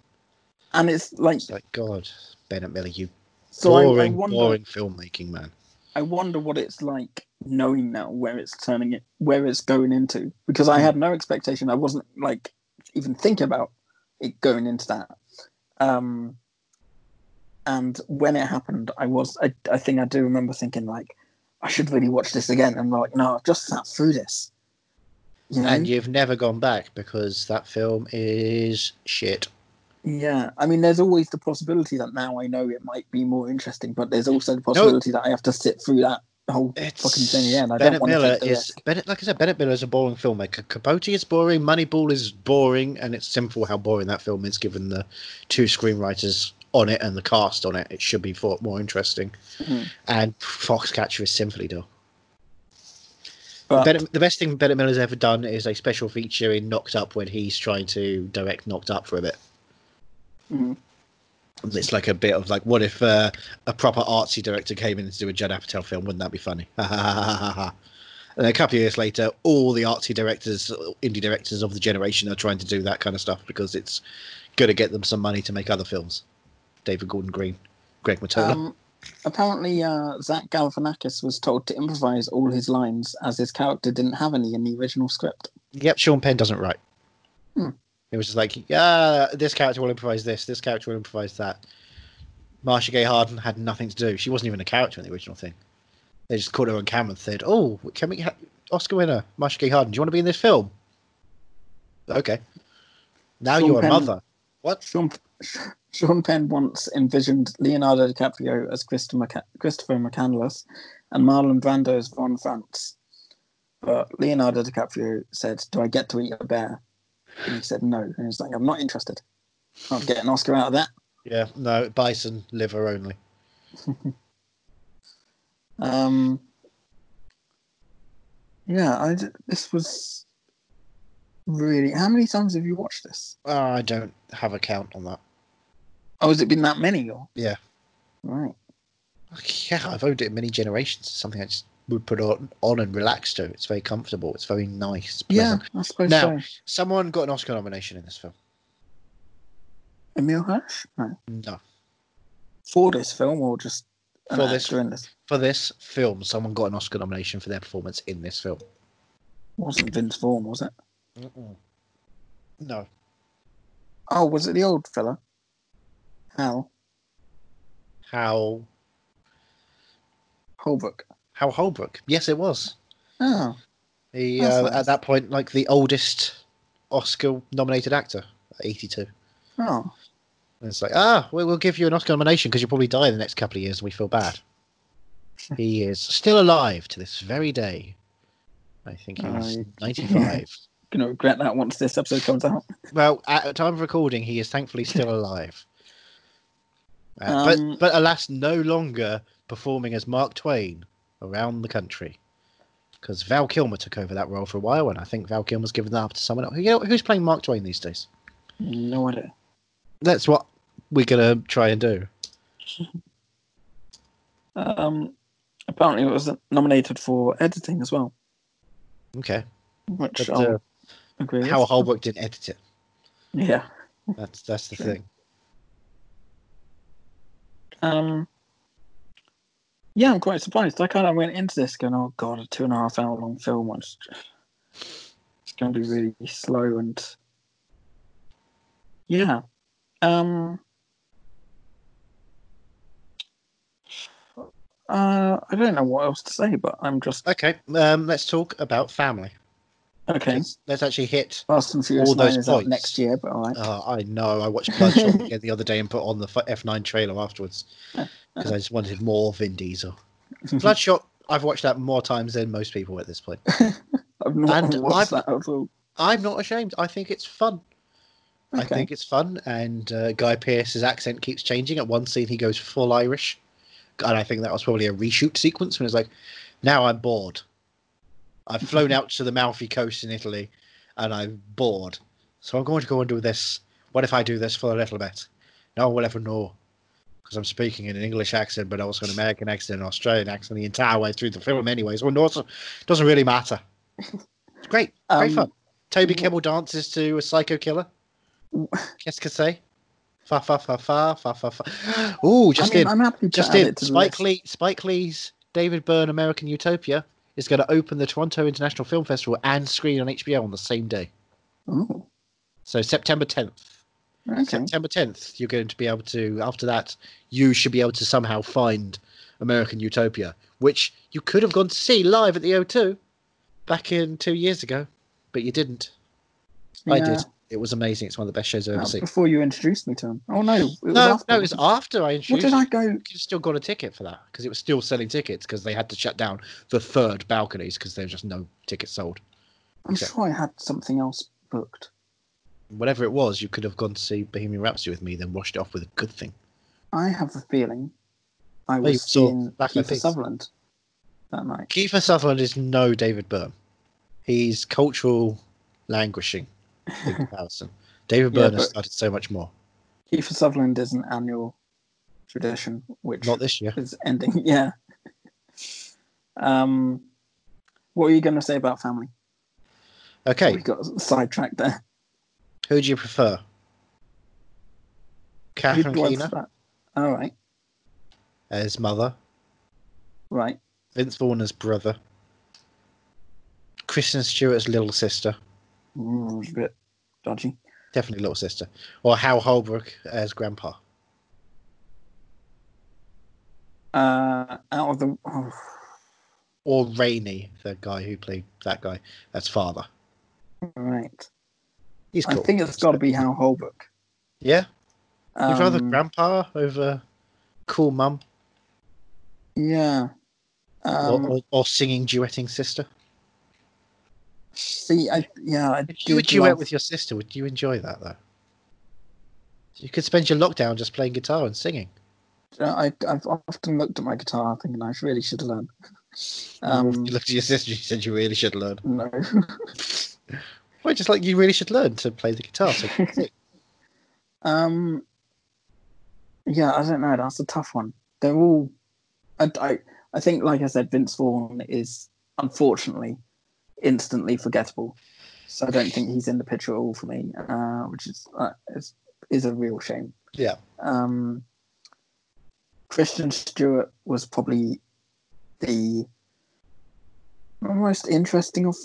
Speaker 1: And it's like
Speaker 2: It's like, God, Bennett Miller, you
Speaker 1: so. I, I
Speaker 2: boring,
Speaker 1: wonder.
Speaker 2: boring filmmaking man.
Speaker 1: I wonder what it's like knowing now where it's turning it, where it's going into, because I had no expectation. I wasn't like even thinking about it going into that. Um, and when it happened, I was, I, I think I do remember thinking like, I should really watch this again. I'm like, no, I've just sat through this. You know?
Speaker 2: And you've never gone back because that film is shit.
Speaker 1: yeah. I mean, there's always the possibility that now I know it might be more interesting, but there's also the possibility that I have to sit through that whole
Speaker 2: It's
Speaker 1: fucking thing again. I
Speaker 2: Bennett
Speaker 1: don't want to
Speaker 2: Miller
Speaker 1: take the
Speaker 2: is
Speaker 1: risk.
Speaker 2: Bennett, like I said, Bennett Miller is a boring filmmaker. Capote is boring. Moneyball is boring, and it's simple how boring that film is given the two screenwriters on it and the cast on it. It should be thought more interesting.
Speaker 1: Mhm.
Speaker 2: And Foxcatcher is simply dull.
Speaker 1: But-
Speaker 2: Bennett, the best thing Bennett Miller's ever done is a special feature in Knocked Up when he's trying to direct Knocked Up for a bit.
Speaker 1: Mhm.
Speaker 2: It's like a bit of like, what if uh, a proper artsy director came in to do a Judd Apatow film? Wouldn't that be funny? and a couple of years later, all the artsy directors, indie directors of the generation, are trying to do that kind of stuff because it's going to get them some money to make other films. David Gordon Green, Greg Matola.
Speaker 1: Um, apparently, uh, Zach Galifianakis was told to improvise all his lines as his character didn't have any in the original script.
Speaker 2: Yep, Sean Penn doesn't write.
Speaker 1: Hmm.
Speaker 2: It was just like, yeah, this character will improvise this, this character will improvise that. Marsha Gay Harden had nothing to do. She wasn't even a character in the original thing. They just caught her on camera and said, "Oh, can we ha- Oscar winner Marsha Gay Harden? Do you want to be in this film?" Okay. Now
Speaker 1: Sean
Speaker 2: you're
Speaker 1: Penn-
Speaker 2: a mother. What?
Speaker 1: Sean, Sean Penn once envisioned Leonardo DiCaprio as Christopher, McC- Christopher McCandless and Marlon Brando as Von France. But Leonardo DiCaprio said, Do I get to eat a bear? And he said, No. And he's like, I'm not interested. I'll get an Oscar out of that.
Speaker 2: Yeah, no, bison liver only.
Speaker 1: Um, Yeah, I d- this was really. How many times have you watched this?
Speaker 2: Uh, I don't have a count on that.
Speaker 1: Oh, has it been that many? Or
Speaker 2: Yeah.
Speaker 1: right.
Speaker 2: Yeah, I've owned it in many generations. It's something I just would put on, on and relax to. It's very comfortable. It's very nice. It's
Speaker 1: Yeah,
Speaker 2: pleasant.
Speaker 1: I suppose
Speaker 2: Now-
Speaker 1: so.
Speaker 2: Someone got an Oscar nomination in this film.
Speaker 1: Emil Hirsch no.
Speaker 2: No.
Speaker 1: for this film, or just an
Speaker 2: For this-
Speaker 1: actor in this?
Speaker 2: For this film, someone got an Oscar nomination for their performance in this film.
Speaker 1: Wasn't Vince Vaughn, was it?
Speaker 2: No.
Speaker 1: Oh, was it the old fella? Hal
Speaker 2: How
Speaker 1: Holbrook.
Speaker 2: how Holbrook? Yes, it was.
Speaker 1: Oh,
Speaker 2: He
Speaker 1: That's
Speaker 2: uh,
Speaker 1: nice.
Speaker 2: at that point like the oldest Oscar nominated actor, eighty two.
Speaker 1: oh,
Speaker 2: And it's like, ah, we- we'll give you an Oscar nomination because you'll probably die in the next couple of years and we feel bad. he is still alive to this very day. I think he's
Speaker 1: Oh,
Speaker 2: 95.
Speaker 1: gonna regret that once this episode comes out.
Speaker 2: well, at the time of recording, he is thankfully still alive. Uh,
Speaker 1: Um,
Speaker 2: but, but alas, no longer performing as Mark Twain around the country. Because Val Kilmer took over that role for a while, and I think Val Kilmer's given that up to someone else. You know, who's playing Mark Twain these days?
Speaker 1: No idea.
Speaker 2: That's what we're going to try and do.
Speaker 1: Um, apparently it was nominated for editing as well,
Speaker 2: Okay.
Speaker 1: which
Speaker 2: But,
Speaker 1: I'll
Speaker 2: uh,
Speaker 1: agree with.
Speaker 2: Howard Holbrook didn't edit it.
Speaker 1: Yeah.
Speaker 2: That's that's the
Speaker 1: True.
Speaker 2: thing.
Speaker 1: Um, yeah, I'm quite surprised. I kind of went into this going, oh god, a two and a half hour long film. It's, it's going to be really slow and yeah. Um, uh, I don't know what else to say, but I'm just
Speaker 2: Okay, um, let's talk about family.
Speaker 1: okay.
Speaker 2: Let's, let's actually hit.
Speaker 1: Fast and Furious
Speaker 2: All those
Speaker 1: 9 is out
Speaker 2: points.
Speaker 1: next year, but all right.
Speaker 2: Uh, I know I watched Bloodshot again the other day and put on the F nine trailer afterwards because I just wanted more Vin Diesel. Bloodshot. I've watched that more times than most people at this point.
Speaker 1: I've not
Speaker 2: and
Speaker 1: watched
Speaker 2: I've-
Speaker 1: that at all.
Speaker 2: I'm not ashamed. I think it's fun. I
Speaker 1: Okay.
Speaker 2: think it's fun, and uh, Guy Pearce's accent keeps changing. At one scene, he goes full Irish, and I think that was probably a reshoot sequence when it's like, "Now I'm bored. I've flown out to the Malfi coast in Italy, and I'm bored. So I'm going to go and do this. What if I do this for a little bit? No one will ever know, because I'm speaking in an English accent, but also an American accent, an Australian accent, the entire way through the film, anyway. So it doesn't doesn't really matter. It's great, great
Speaker 1: Um,
Speaker 2: fun. Toby
Speaker 1: wh-
Speaker 2: Kebbell dances to a psycho killer. Qu'est-ce que c'est? Fa fa fa fa fa fa fa. Ooh, just
Speaker 1: I mean,
Speaker 2: in,
Speaker 1: I'm happy to
Speaker 2: just
Speaker 1: add
Speaker 2: in.
Speaker 1: it to the
Speaker 2: Spike
Speaker 1: list.
Speaker 2: Lee, Spike Lee's David Byrne American Utopia is going to open the Toronto International Film Festival and screen on HBO on the same day.
Speaker 1: Ooh,
Speaker 2: So September 10th.
Speaker 1: Oh, okay.
Speaker 2: September 10th, you're going to be able to. After that, you should be able to somehow find American Utopia, which you could have gone to see live at the O2 back in two years ago, but you didn't. I
Speaker 1: Yeah.
Speaker 2: did. It was amazing. It's one of the best shows I've
Speaker 1: That
Speaker 2: ever
Speaker 1: was
Speaker 2: seen.
Speaker 1: before you introduced me to him. Oh no, it was
Speaker 2: No,
Speaker 1: after,
Speaker 2: no, it was
Speaker 1: wasn't
Speaker 2: after I
Speaker 1: What
Speaker 2: introduced.
Speaker 1: did I go?
Speaker 2: could have still got a ticket for that because it was still selling tickets because they had to shut down the third balconies because there was just no tickets sold.
Speaker 1: I'm
Speaker 2: Okay.
Speaker 1: sure I had something else booked.
Speaker 2: Whatever it was, you could have gone to see Bohemian Rhapsody with me, then washed it off with a good thing.
Speaker 1: I have a feeling I
Speaker 2: Well, Oh, you
Speaker 1: was
Speaker 2: saw
Speaker 1: seeing
Speaker 2: Black Eyed
Speaker 1: Kiefer
Speaker 2: Peas.
Speaker 1: Sutherland that night.
Speaker 2: Kiefer Sutherland is no David Byrne. He's cultural languishing in comparison. David
Speaker 1: Yeah,
Speaker 2: Byrne has
Speaker 1: but-
Speaker 2: started so much more.
Speaker 1: Kiefer Sutherland is an annual tradition, which
Speaker 2: Not this year.
Speaker 1: is ending. Yeah. Um, what are you going to say about family?
Speaker 2: Okay,
Speaker 1: We got sidetracked there.
Speaker 2: who do you prefer?
Speaker 1: Who
Speaker 2: Catherine
Speaker 1: do I
Speaker 2: Keener
Speaker 1: prefer? All right,
Speaker 2: as mother,
Speaker 1: right.
Speaker 2: Vince Vaughn as brother, Kristen Stewart's little sister,
Speaker 1: Mm, it's a bit dodgy.
Speaker 2: Definitely little sister. Or Hal Holbrook as grandpa.
Speaker 1: Uh, out of the. Oh,
Speaker 2: Or Rainey, the guy who played that guy as father.
Speaker 1: right.
Speaker 2: He's
Speaker 1: I
Speaker 2: cool.
Speaker 1: think it's got to be Hal Holbrook.
Speaker 2: Yeah? You'd rather
Speaker 1: Um,
Speaker 2: grandpa over cool mum
Speaker 1: Yeah.
Speaker 2: or,
Speaker 1: Um,
Speaker 2: or, or singing duetting sister?
Speaker 1: see, I yeah, I
Speaker 2: If you were
Speaker 1: did
Speaker 2: duet
Speaker 1: love-
Speaker 2: with your sister, would you enjoy that though? You could spend your lockdown just playing guitar and singing.
Speaker 1: uh, I, I've often looked at my guitar thinking I really should learn.
Speaker 2: you
Speaker 1: Um,
Speaker 2: looked at your sister. You said you really should learn.
Speaker 1: no.
Speaker 2: Well, just like you really should learn to play the guitar. So
Speaker 1: um, yeah, I don't know. That's a tough one. They're all. I, I, I think, like I said, Vince Vaughn is unfortunately instantly forgettable. So I don't think he's in the picture at all for me, uh, which is, uh, is is a real shame.
Speaker 2: Yeah.
Speaker 1: Um, Christian Stewart was probably the most interesting of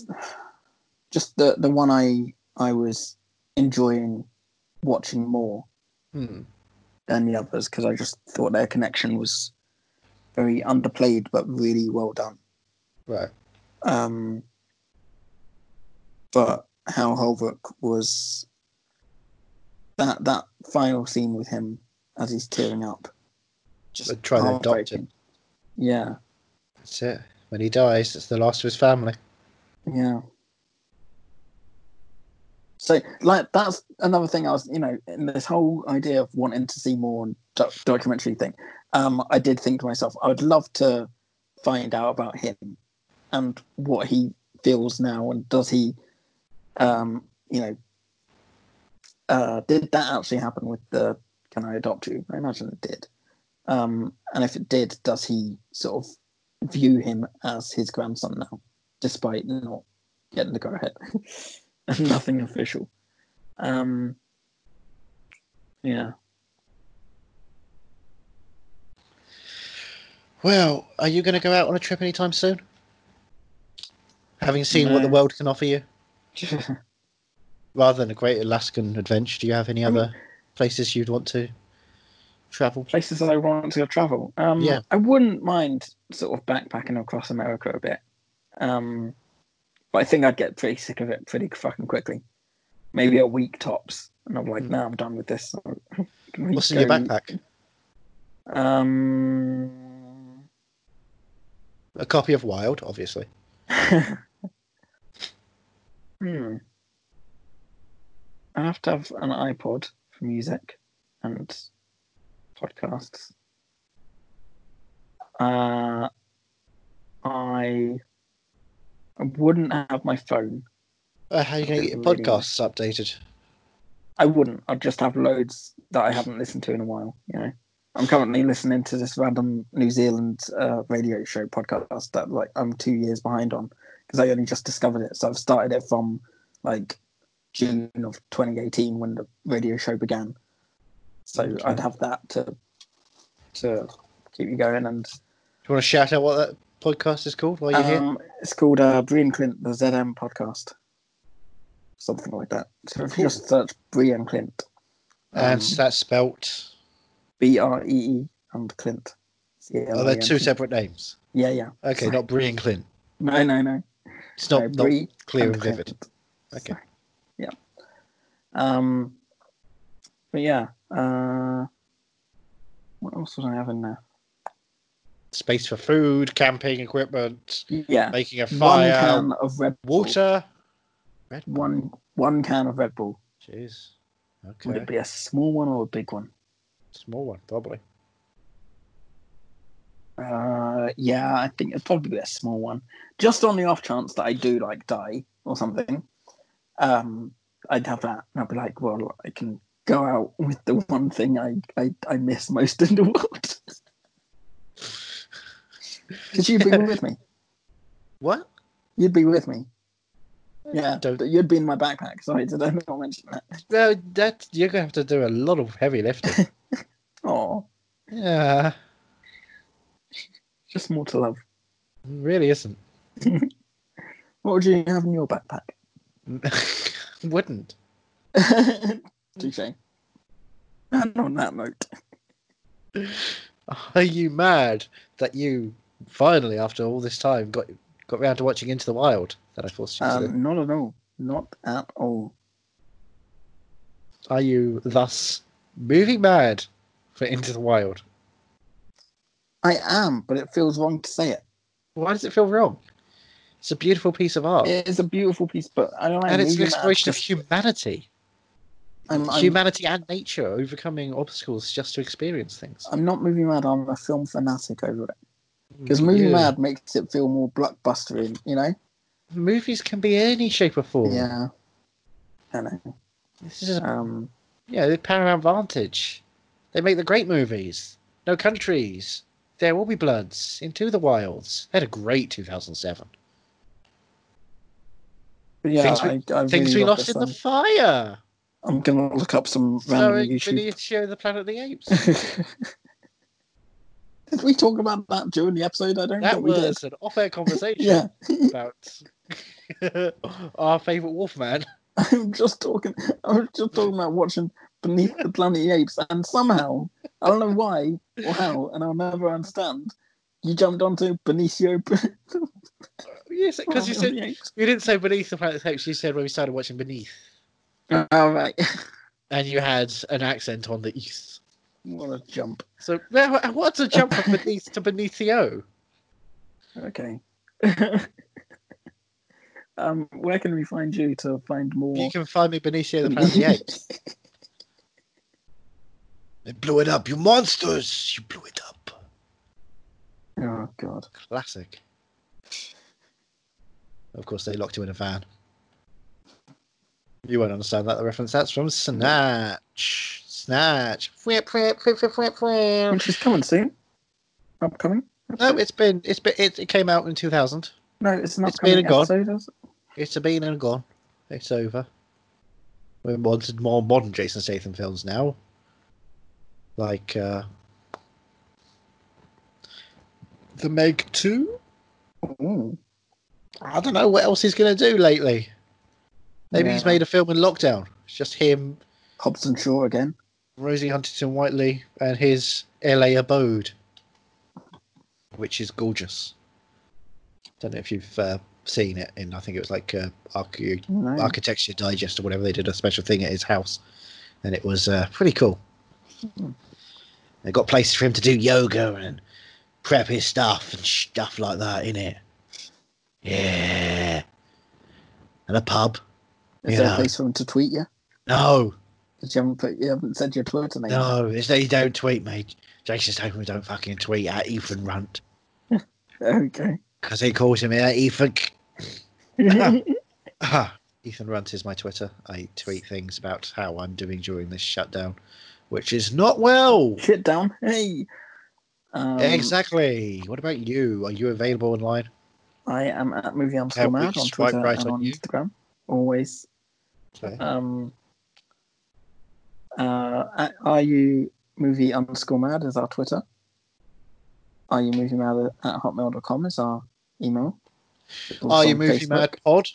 Speaker 1: just the the one I I was enjoying watching more
Speaker 2: Hmm.
Speaker 1: than the others because I just thought their connection was very underplayed but really well done.
Speaker 2: Right.
Speaker 1: Um, but Hal Holbrook was that that final scene with him as he's tearing up. Just
Speaker 2: But trying to adopt him.
Speaker 1: heartbreaking. Yeah,
Speaker 2: That's it. When he dies, it's the last of his family.
Speaker 1: yeah. So, like, that's another thing I was, you know, in this whole idea of wanting to see more doc- documentary thing, um, I did think to myself, I would love to find out about him and what he feels now, and does he, um, you know, uh, did that actually happen with the "Can I adopt you"? I imagine it did. Um, and if it did, does he sort of view him as his grandson now, despite not getting the go ahead and nothing official? Um, yeah.
Speaker 2: Well, are you going to go out on a trip anytime soon? Having seen what the
Speaker 1: No.
Speaker 2: world can offer you, rather than a great Alaskan adventure, do you have any
Speaker 1: I mean-
Speaker 2: other places you'd want to travel?
Speaker 1: places I want to travel. Um,
Speaker 2: Yeah.
Speaker 1: I wouldn't mind sort of backpacking across America a bit. Um, but I think I'd get pretty sick of it pretty fucking quickly. Maybe a week tops. And I'm like,
Speaker 2: Mm.
Speaker 1: no, I'm done with this. I can really
Speaker 2: What's in your
Speaker 1: go-
Speaker 2: backpack?
Speaker 1: Um,
Speaker 2: A copy of Wild, obviously.
Speaker 1: hmm. I have to have an iPod for music and podcasts. Uh, I I wouldn't have my phone.
Speaker 2: Uh, how are you going to get your
Speaker 1: Really?
Speaker 2: podcasts updated?
Speaker 1: I wouldn't. I'd just have loads that I haven't listened to in a while. You know, I'm currently listening to this random New Zealand uh, radio show podcast that like I'm two years behind on because I only just discovered it. So I've started it from like June of 2018 when the radio show began. So
Speaker 2: Okay.
Speaker 1: I'd have that to to keep you going and
Speaker 2: Do you want to shout out what that podcast is called while you're here?
Speaker 1: Um, it's called uh, Brian Clint, the ZM podcast, something like that. So if you just search Brian Clint, um,
Speaker 2: And that's spelt.
Speaker 1: B R E E and Clint.
Speaker 2: Oh, they're two separate names.
Speaker 1: Yeah, yeah.
Speaker 2: Okay, not Brie and Clint.
Speaker 1: No, no, no.
Speaker 2: It's not,
Speaker 1: no,
Speaker 2: not
Speaker 1: Bree
Speaker 2: clear
Speaker 1: and
Speaker 2: and vivid.
Speaker 1: Clint.
Speaker 2: Okay.
Speaker 1: Um, but yeah. Uh, what else was I having there?
Speaker 2: Space for food, camping equipment,
Speaker 1: Yeah,
Speaker 2: making a
Speaker 1: Uh, one
Speaker 2: fire,
Speaker 1: can of Red Bull.
Speaker 2: water.
Speaker 1: One one can of Red Bull.
Speaker 2: Jeez.
Speaker 1: Would
Speaker 2: Okay.
Speaker 1: it be a small one or a big one?
Speaker 2: Small one, probably.
Speaker 1: Uh, yeah, I think it'd probably be a small one. Just on the off chance that I do like die or something, um, I'd have that, and I'd be like, well, I can go out with the one thing I I, I miss most in the world. Because you'd be with me.
Speaker 2: What?
Speaker 1: You'd be with me. Yeah,
Speaker 2: Don't-
Speaker 1: but you'd be in my backpack. Sorry, did I not mention that?
Speaker 2: No, that you're gonna have to do a lot of heavy lifting.
Speaker 1: Oh,
Speaker 2: yeah,
Speaker 1: just more to love.
Speaker 2: really isn't.
Speaker 1: What would you have in your backpack?
Speaker 2: Wouldn't.
Speaker 1: Touche. And on that note.
Speaker 2: Are you mad that you finally, after all this time, got got round to watching Into the Wild? That I forced you to. do?
Speaker 1: Um, not at all. Not at all.
Speaker 2: Are you thus movie mad for Into the Wild?
Speaker 1: I am, but it feels wrong to say it.
Speaker 2: Why does it feel wrong? It's a beautiful piece of art,
Speaker 1: It is a beautiful piece, but I don't know.
Speaker 2: Oh. and it's an
Speaker 1: maybe that's
Speaker 2: exploration of
Speaker 1: just-
Speaker 2: humanity.
Speaker 1: I'm, I'm,
Speaker 2: Humanity and nature overcoming obstacles just to experience things.
Speaker 1: I'm not movie mad. I'm a film fanatic over it because movie
Speaker 2: Yeah.
Speaker 1: mad makes it feel more blockbustery. You know?
Speaker 2: Movies can be any shape or form.
Speaker 1: Yeah. I know.
Speaker 2: This is a
Speaker 1: Um,
Speaker 2: Yeah, the Paramount Vantage. They make the great movies. No Countries. There Will Be Bloods. Into the Wilds. They had a great 2007.
Speaker 1: but yeah,
Speaker 2: Things we-
Speaker 1: I, I
Speaker 2: Things
Speaker 1: really
Speaker 2: We
Speaker 1: love
Speaker 2: Lost
Speaker 1: this
Speaker 2: in the
Speaker 1: one.
Speaker 2: Fire.
Speaker 1: I'm gonna look up some random
Speaker 2: Starring
Speaker 1: YouTube.
Speaker 2: Vinny Show the Planet of the Apes.
Speaker 1: did we talk about that during the episode? I don't
Speaker 2: That
Speaker 1: think we did.
Speaker 2: was an off air conversation
Speaker 1: Yeah,
Speaker 2: about our favourite Wolfman.
Speaker 1: I'm just talking. I was just talking about watching Beneath the Planet of the Apes, and somehow I don't know why or how, and I'll never understand. You jumped onto Benicio
Speaker 2: Yes, because you
Speaker 1: Planet of
Speaker 2: said
Speaker 1: the Apes.
Speaker 2: you didn't say Beneath the Planet of the Apes, you said when we started watching Beneath.
Speaker 1: All right,
Speaker 2: And you had an accent on the East.
Speaker 1: what a jump.
Speaker 2: So now, what's a jump from Beneath to Benicio?
Speaker 1: Okay. um, where can we find you to find more?
Speaker 2: You can find me Benicio the Planet of the Apes.
Speaker 11: They blew it up. You monsters! You blew it up.
Speaker 1: oh God.
Speaker 2: Classic. Of course, they locked him in a van. You won't understand that the reference. That's from Snatch. Snatch. Whip, whip, whip, whip, whip, whip.
Speaker 1: Which is Oh, coming soon. Upcoming?
Speaker 2: No, it's been it's been it, it came out in 2000.
Speaker 1: No, it's an
Speaker 2: It's
Speaker 1: upcoming
Speaker 2: been and gone.
Speaker 1: episode. Is it?
Speaker 2: It's a been and gone. It's over. We wanted more modern Jason Statham films now, like uh, The Meg Two.
Speaker 1: Ooh.
Speaker 2: I don't know what else he's going to do lately. Maybe he's
Speaker 1: Yeah.
Speaker 2: made a film in lockdown. It's just him,
Speaker 1: Hobbs and Shaw again.
Speaker 2: Rosie Huntington Whiteley, and his LA abode, which is gorgeous. Don't know if you've uh, seen it in, I think it was like uh, Arch-
Speaker 1: No.
Speaker 2: Architecture Digest or whatever. They did a special thing at his house, and it was uh, pretty cool. They got places for him to do yoga and prep his stuff and stuff like that in it. Yeah, and a pub.
Speaker 1: Is there
Speaker 2: Yeah.
Speaker 1: a place for him to tweet you?
Speaker 2: No,
Speaker 1: Because you haven't put, you haven't said your Twitter name.
Speaker 2: no, it's no, you don't tweet, mate. Jason Statham don't fucking tweet at Ethan Runt
Speaker 1: Okay.
Speaker 2: because he calls him out Ethan. C-
Speaker 1: That's
Speaker 2: Ah, Ethan Runt is my Twitter. I tweet things about how I'm doing during this shutdown, which is not well.
Speaker 1: Shit down. Hey. Um,
Speaker 2: exactly. What about you? Are you available online?
Speaker 1: I am at movie I'm
Speaker 2: Have
Speaker 1: still
Speaker 2: we
Speaker 1: mad on
Speaker 2: swiped
Speaker 1: Twitter
Speaker 2: right
Speaker 1: and
Speaker 2: on
Speaker 1: on,
Speaker 2: you?
Speaker 1: Instagram. Always.
Speaker 2: Okay.
Speaker 1: Um. Uh, at- are you movie underscore mad is our Twitter. Are you movie mad at hotmail.com is our email.
Speaker 2: Are you
Speaker 1: On
Speaker 2: movie
Speaker 1: Facebook.
Speaker 2: mad pod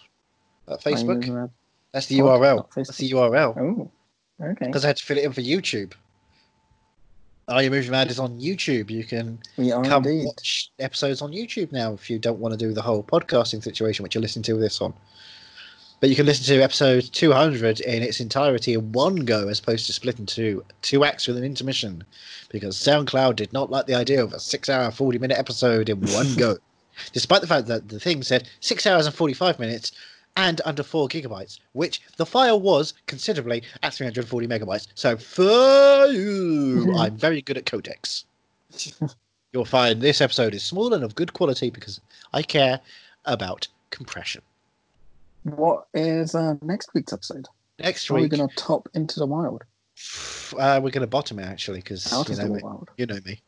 Speaker 2: at
Speaker 1: Are you Movie
Speaker 2: Facebook?
Speaker 1: Mad?
Speaker 2: That's the
Speaker 1: Pod,
Speaker 2: URL.
Speaker 1: not
Speaker 2: That's the
Speaker 1: Facebook.
Speaker 2: URL
Speaker 1: Oh, okay.
Speaker 2: because I had to fill it in for YouTube. Are you movie mad is on YouTube. You can
Speaker 1: We are
Speaker 2: come
Speaker 1: indeed.
Speaker 2: watch episodes on YouTube now if you don't want to do the whole podcasting situation, which you're listening to this on. But you can listen to episode 200 in its entirety in one go as opposed to split into two acts with an intermission because SoundCloud did not like the idea of a six hour, 40 minute episode in one go. Despite the fact that the thing said six hours and 45 minutes and under four gigabytes, which the file was considerably at 340 megabytes. So, for you, I'm very good at codecs. You'll find this episode is small and of good quality because I care about compression.
Speaker 1: What is uh, next week's episode?
Speaker 2: Next
Speaker 1: Are we
Speaker 2: week,
Speaker 1: going to top Into the Wild?
Speaker 2: uh, we're going to bottom it actually because
Speaker 1: Out
Speaker 2: you
Speaker 1: of
Speaker 2: know
Speaker 1: the
Speaker 2: me.
Speaker 1: Wild.
Speaker 2: You know me.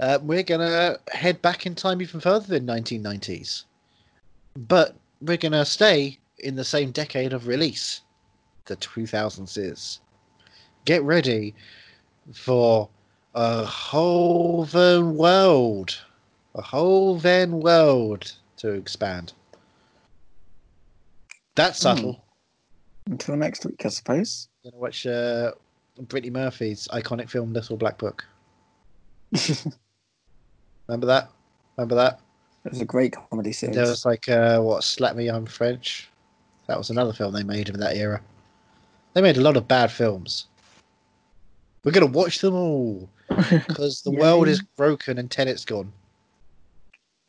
Speaker 2: uh, we're going to head back in time even further than 1990s, but we're going to stay in the same decade of release, the 2000s is. Get ready for a whole then world, a whole then world to expand. That's subtle.
Speaker 1: Until next week, I suppose.
Speaker 2: I'm gonna watch uh, Brittany Murphy's iconic film Little Black Book. Remember that? Remember that?
Speaker 1: It was a great comedy series.
Speaker 2: There was like uh, what Slap Me I'm French. That was another film they made in that era. They made a lot of bad films. We're gonna watch them all because the
Speaker 1: Yay.
Speaker 2: world is broken and Tenet's gone.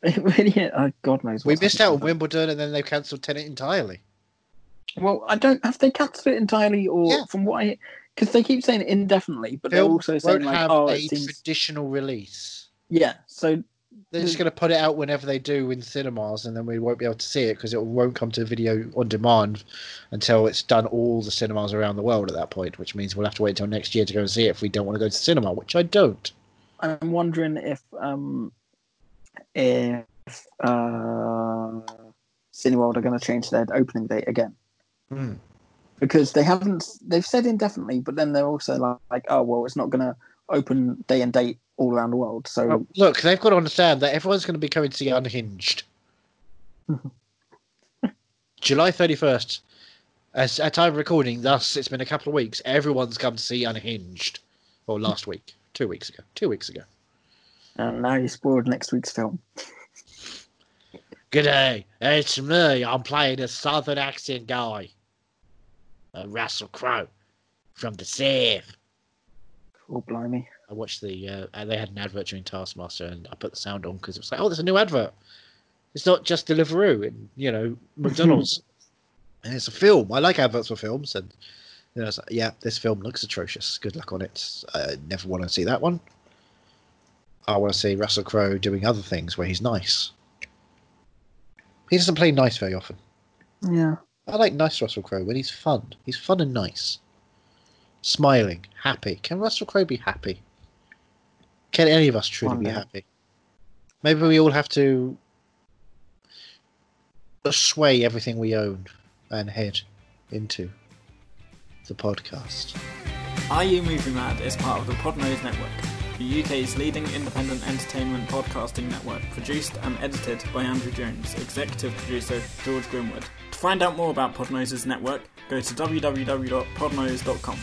Speaker 1: It really, oh, God knows.
Speaker 2: We
Speaker 1: what's
Speaker 2: missed out on
Speaker 1: happened.
Speaker 2: Wimbledon and then they cancelled Tenet entirely.
Speaker 1: Well, I don't. Have they cancelled it entirely, or
Speaker 2: Yeah.
Speaker 1: from what I? Because they keep saying indefinitely, but they're
Speaker 2: Film
Speaker 1: also saying
Speaker 2: won't
Speaker 1: like,
Speaker 2: have
Speaker 1: oh,
Speaker 2: a
Speaker 1: it seems.
Speaker 2: traditional release.
Speaker 1: Yeah. So
Speaker 2: They're just
Speaker 1: Mm.
Speaker 2: going to put it out whenever they do in cinemas, and then we won't be able to see it because it won't come to video on demand until it's done all the cinemas around the world at that point, which means we'll have to wait until next year to go and see it if we don't want to go to cinema, which I don't.
Speaker 1: I'm wondering if um if uh Cineworld are going to change their opening date again
Speaker 2: Hmm.
Speaker 1: because they haven't. They've said indefinitely, but then they're also like, like oh well, it's not going to open day and date all around the world. So
Speaker 2: Well, look, they've got to understand that everyone's going to be coming to see Unhinged. July 31st. As at time of recording, thus it's been a couple of weeks, everyone's come to see Unhinged. Or last week. Two weeks ago. Two weeks ago.
Speaker 1: and now you spoiled next week's film.
Speaker 2: G'day, it's me. I'm playing a southern accent guy. Uh, Russell Crowe from the South.
Speaker 1: Oh blimey!
Speaker 2: I watched the. Uh, uh, they had an advert during Taskmaster, and I put the sound on because it was like, oh, there's a new advert. It's not just Deliveroo and you know McDonald's, and it's a film. I like adverts for films, and then I was like, yeah, this film looks atrocious. Good luck on it. I never want to see that one. I want to see Russell Crowe doing other things where he's nice. He doesn't play nice very often.
Speaker 1: Yeah.
Speaker 2: I like nice Russell Crowe when he's fun. He's fun and nice. Smiling, happy. Can Russell Crowe be happy? Can any of us truly
Speaker 1: One
Speaker 2: be
Speaker 1: day.
Speaker 2: happy? Maybe we all have to sway everything we own and head into the podcast.
Speaker 12: Are You Movie Mad is part of the Podnose Network, the UK's leading independent entertainment podcasting network, produced and edited by Andrew Jones, executive producer George Grimwood. To find out more about Podnose's network, go to www.podnose.com.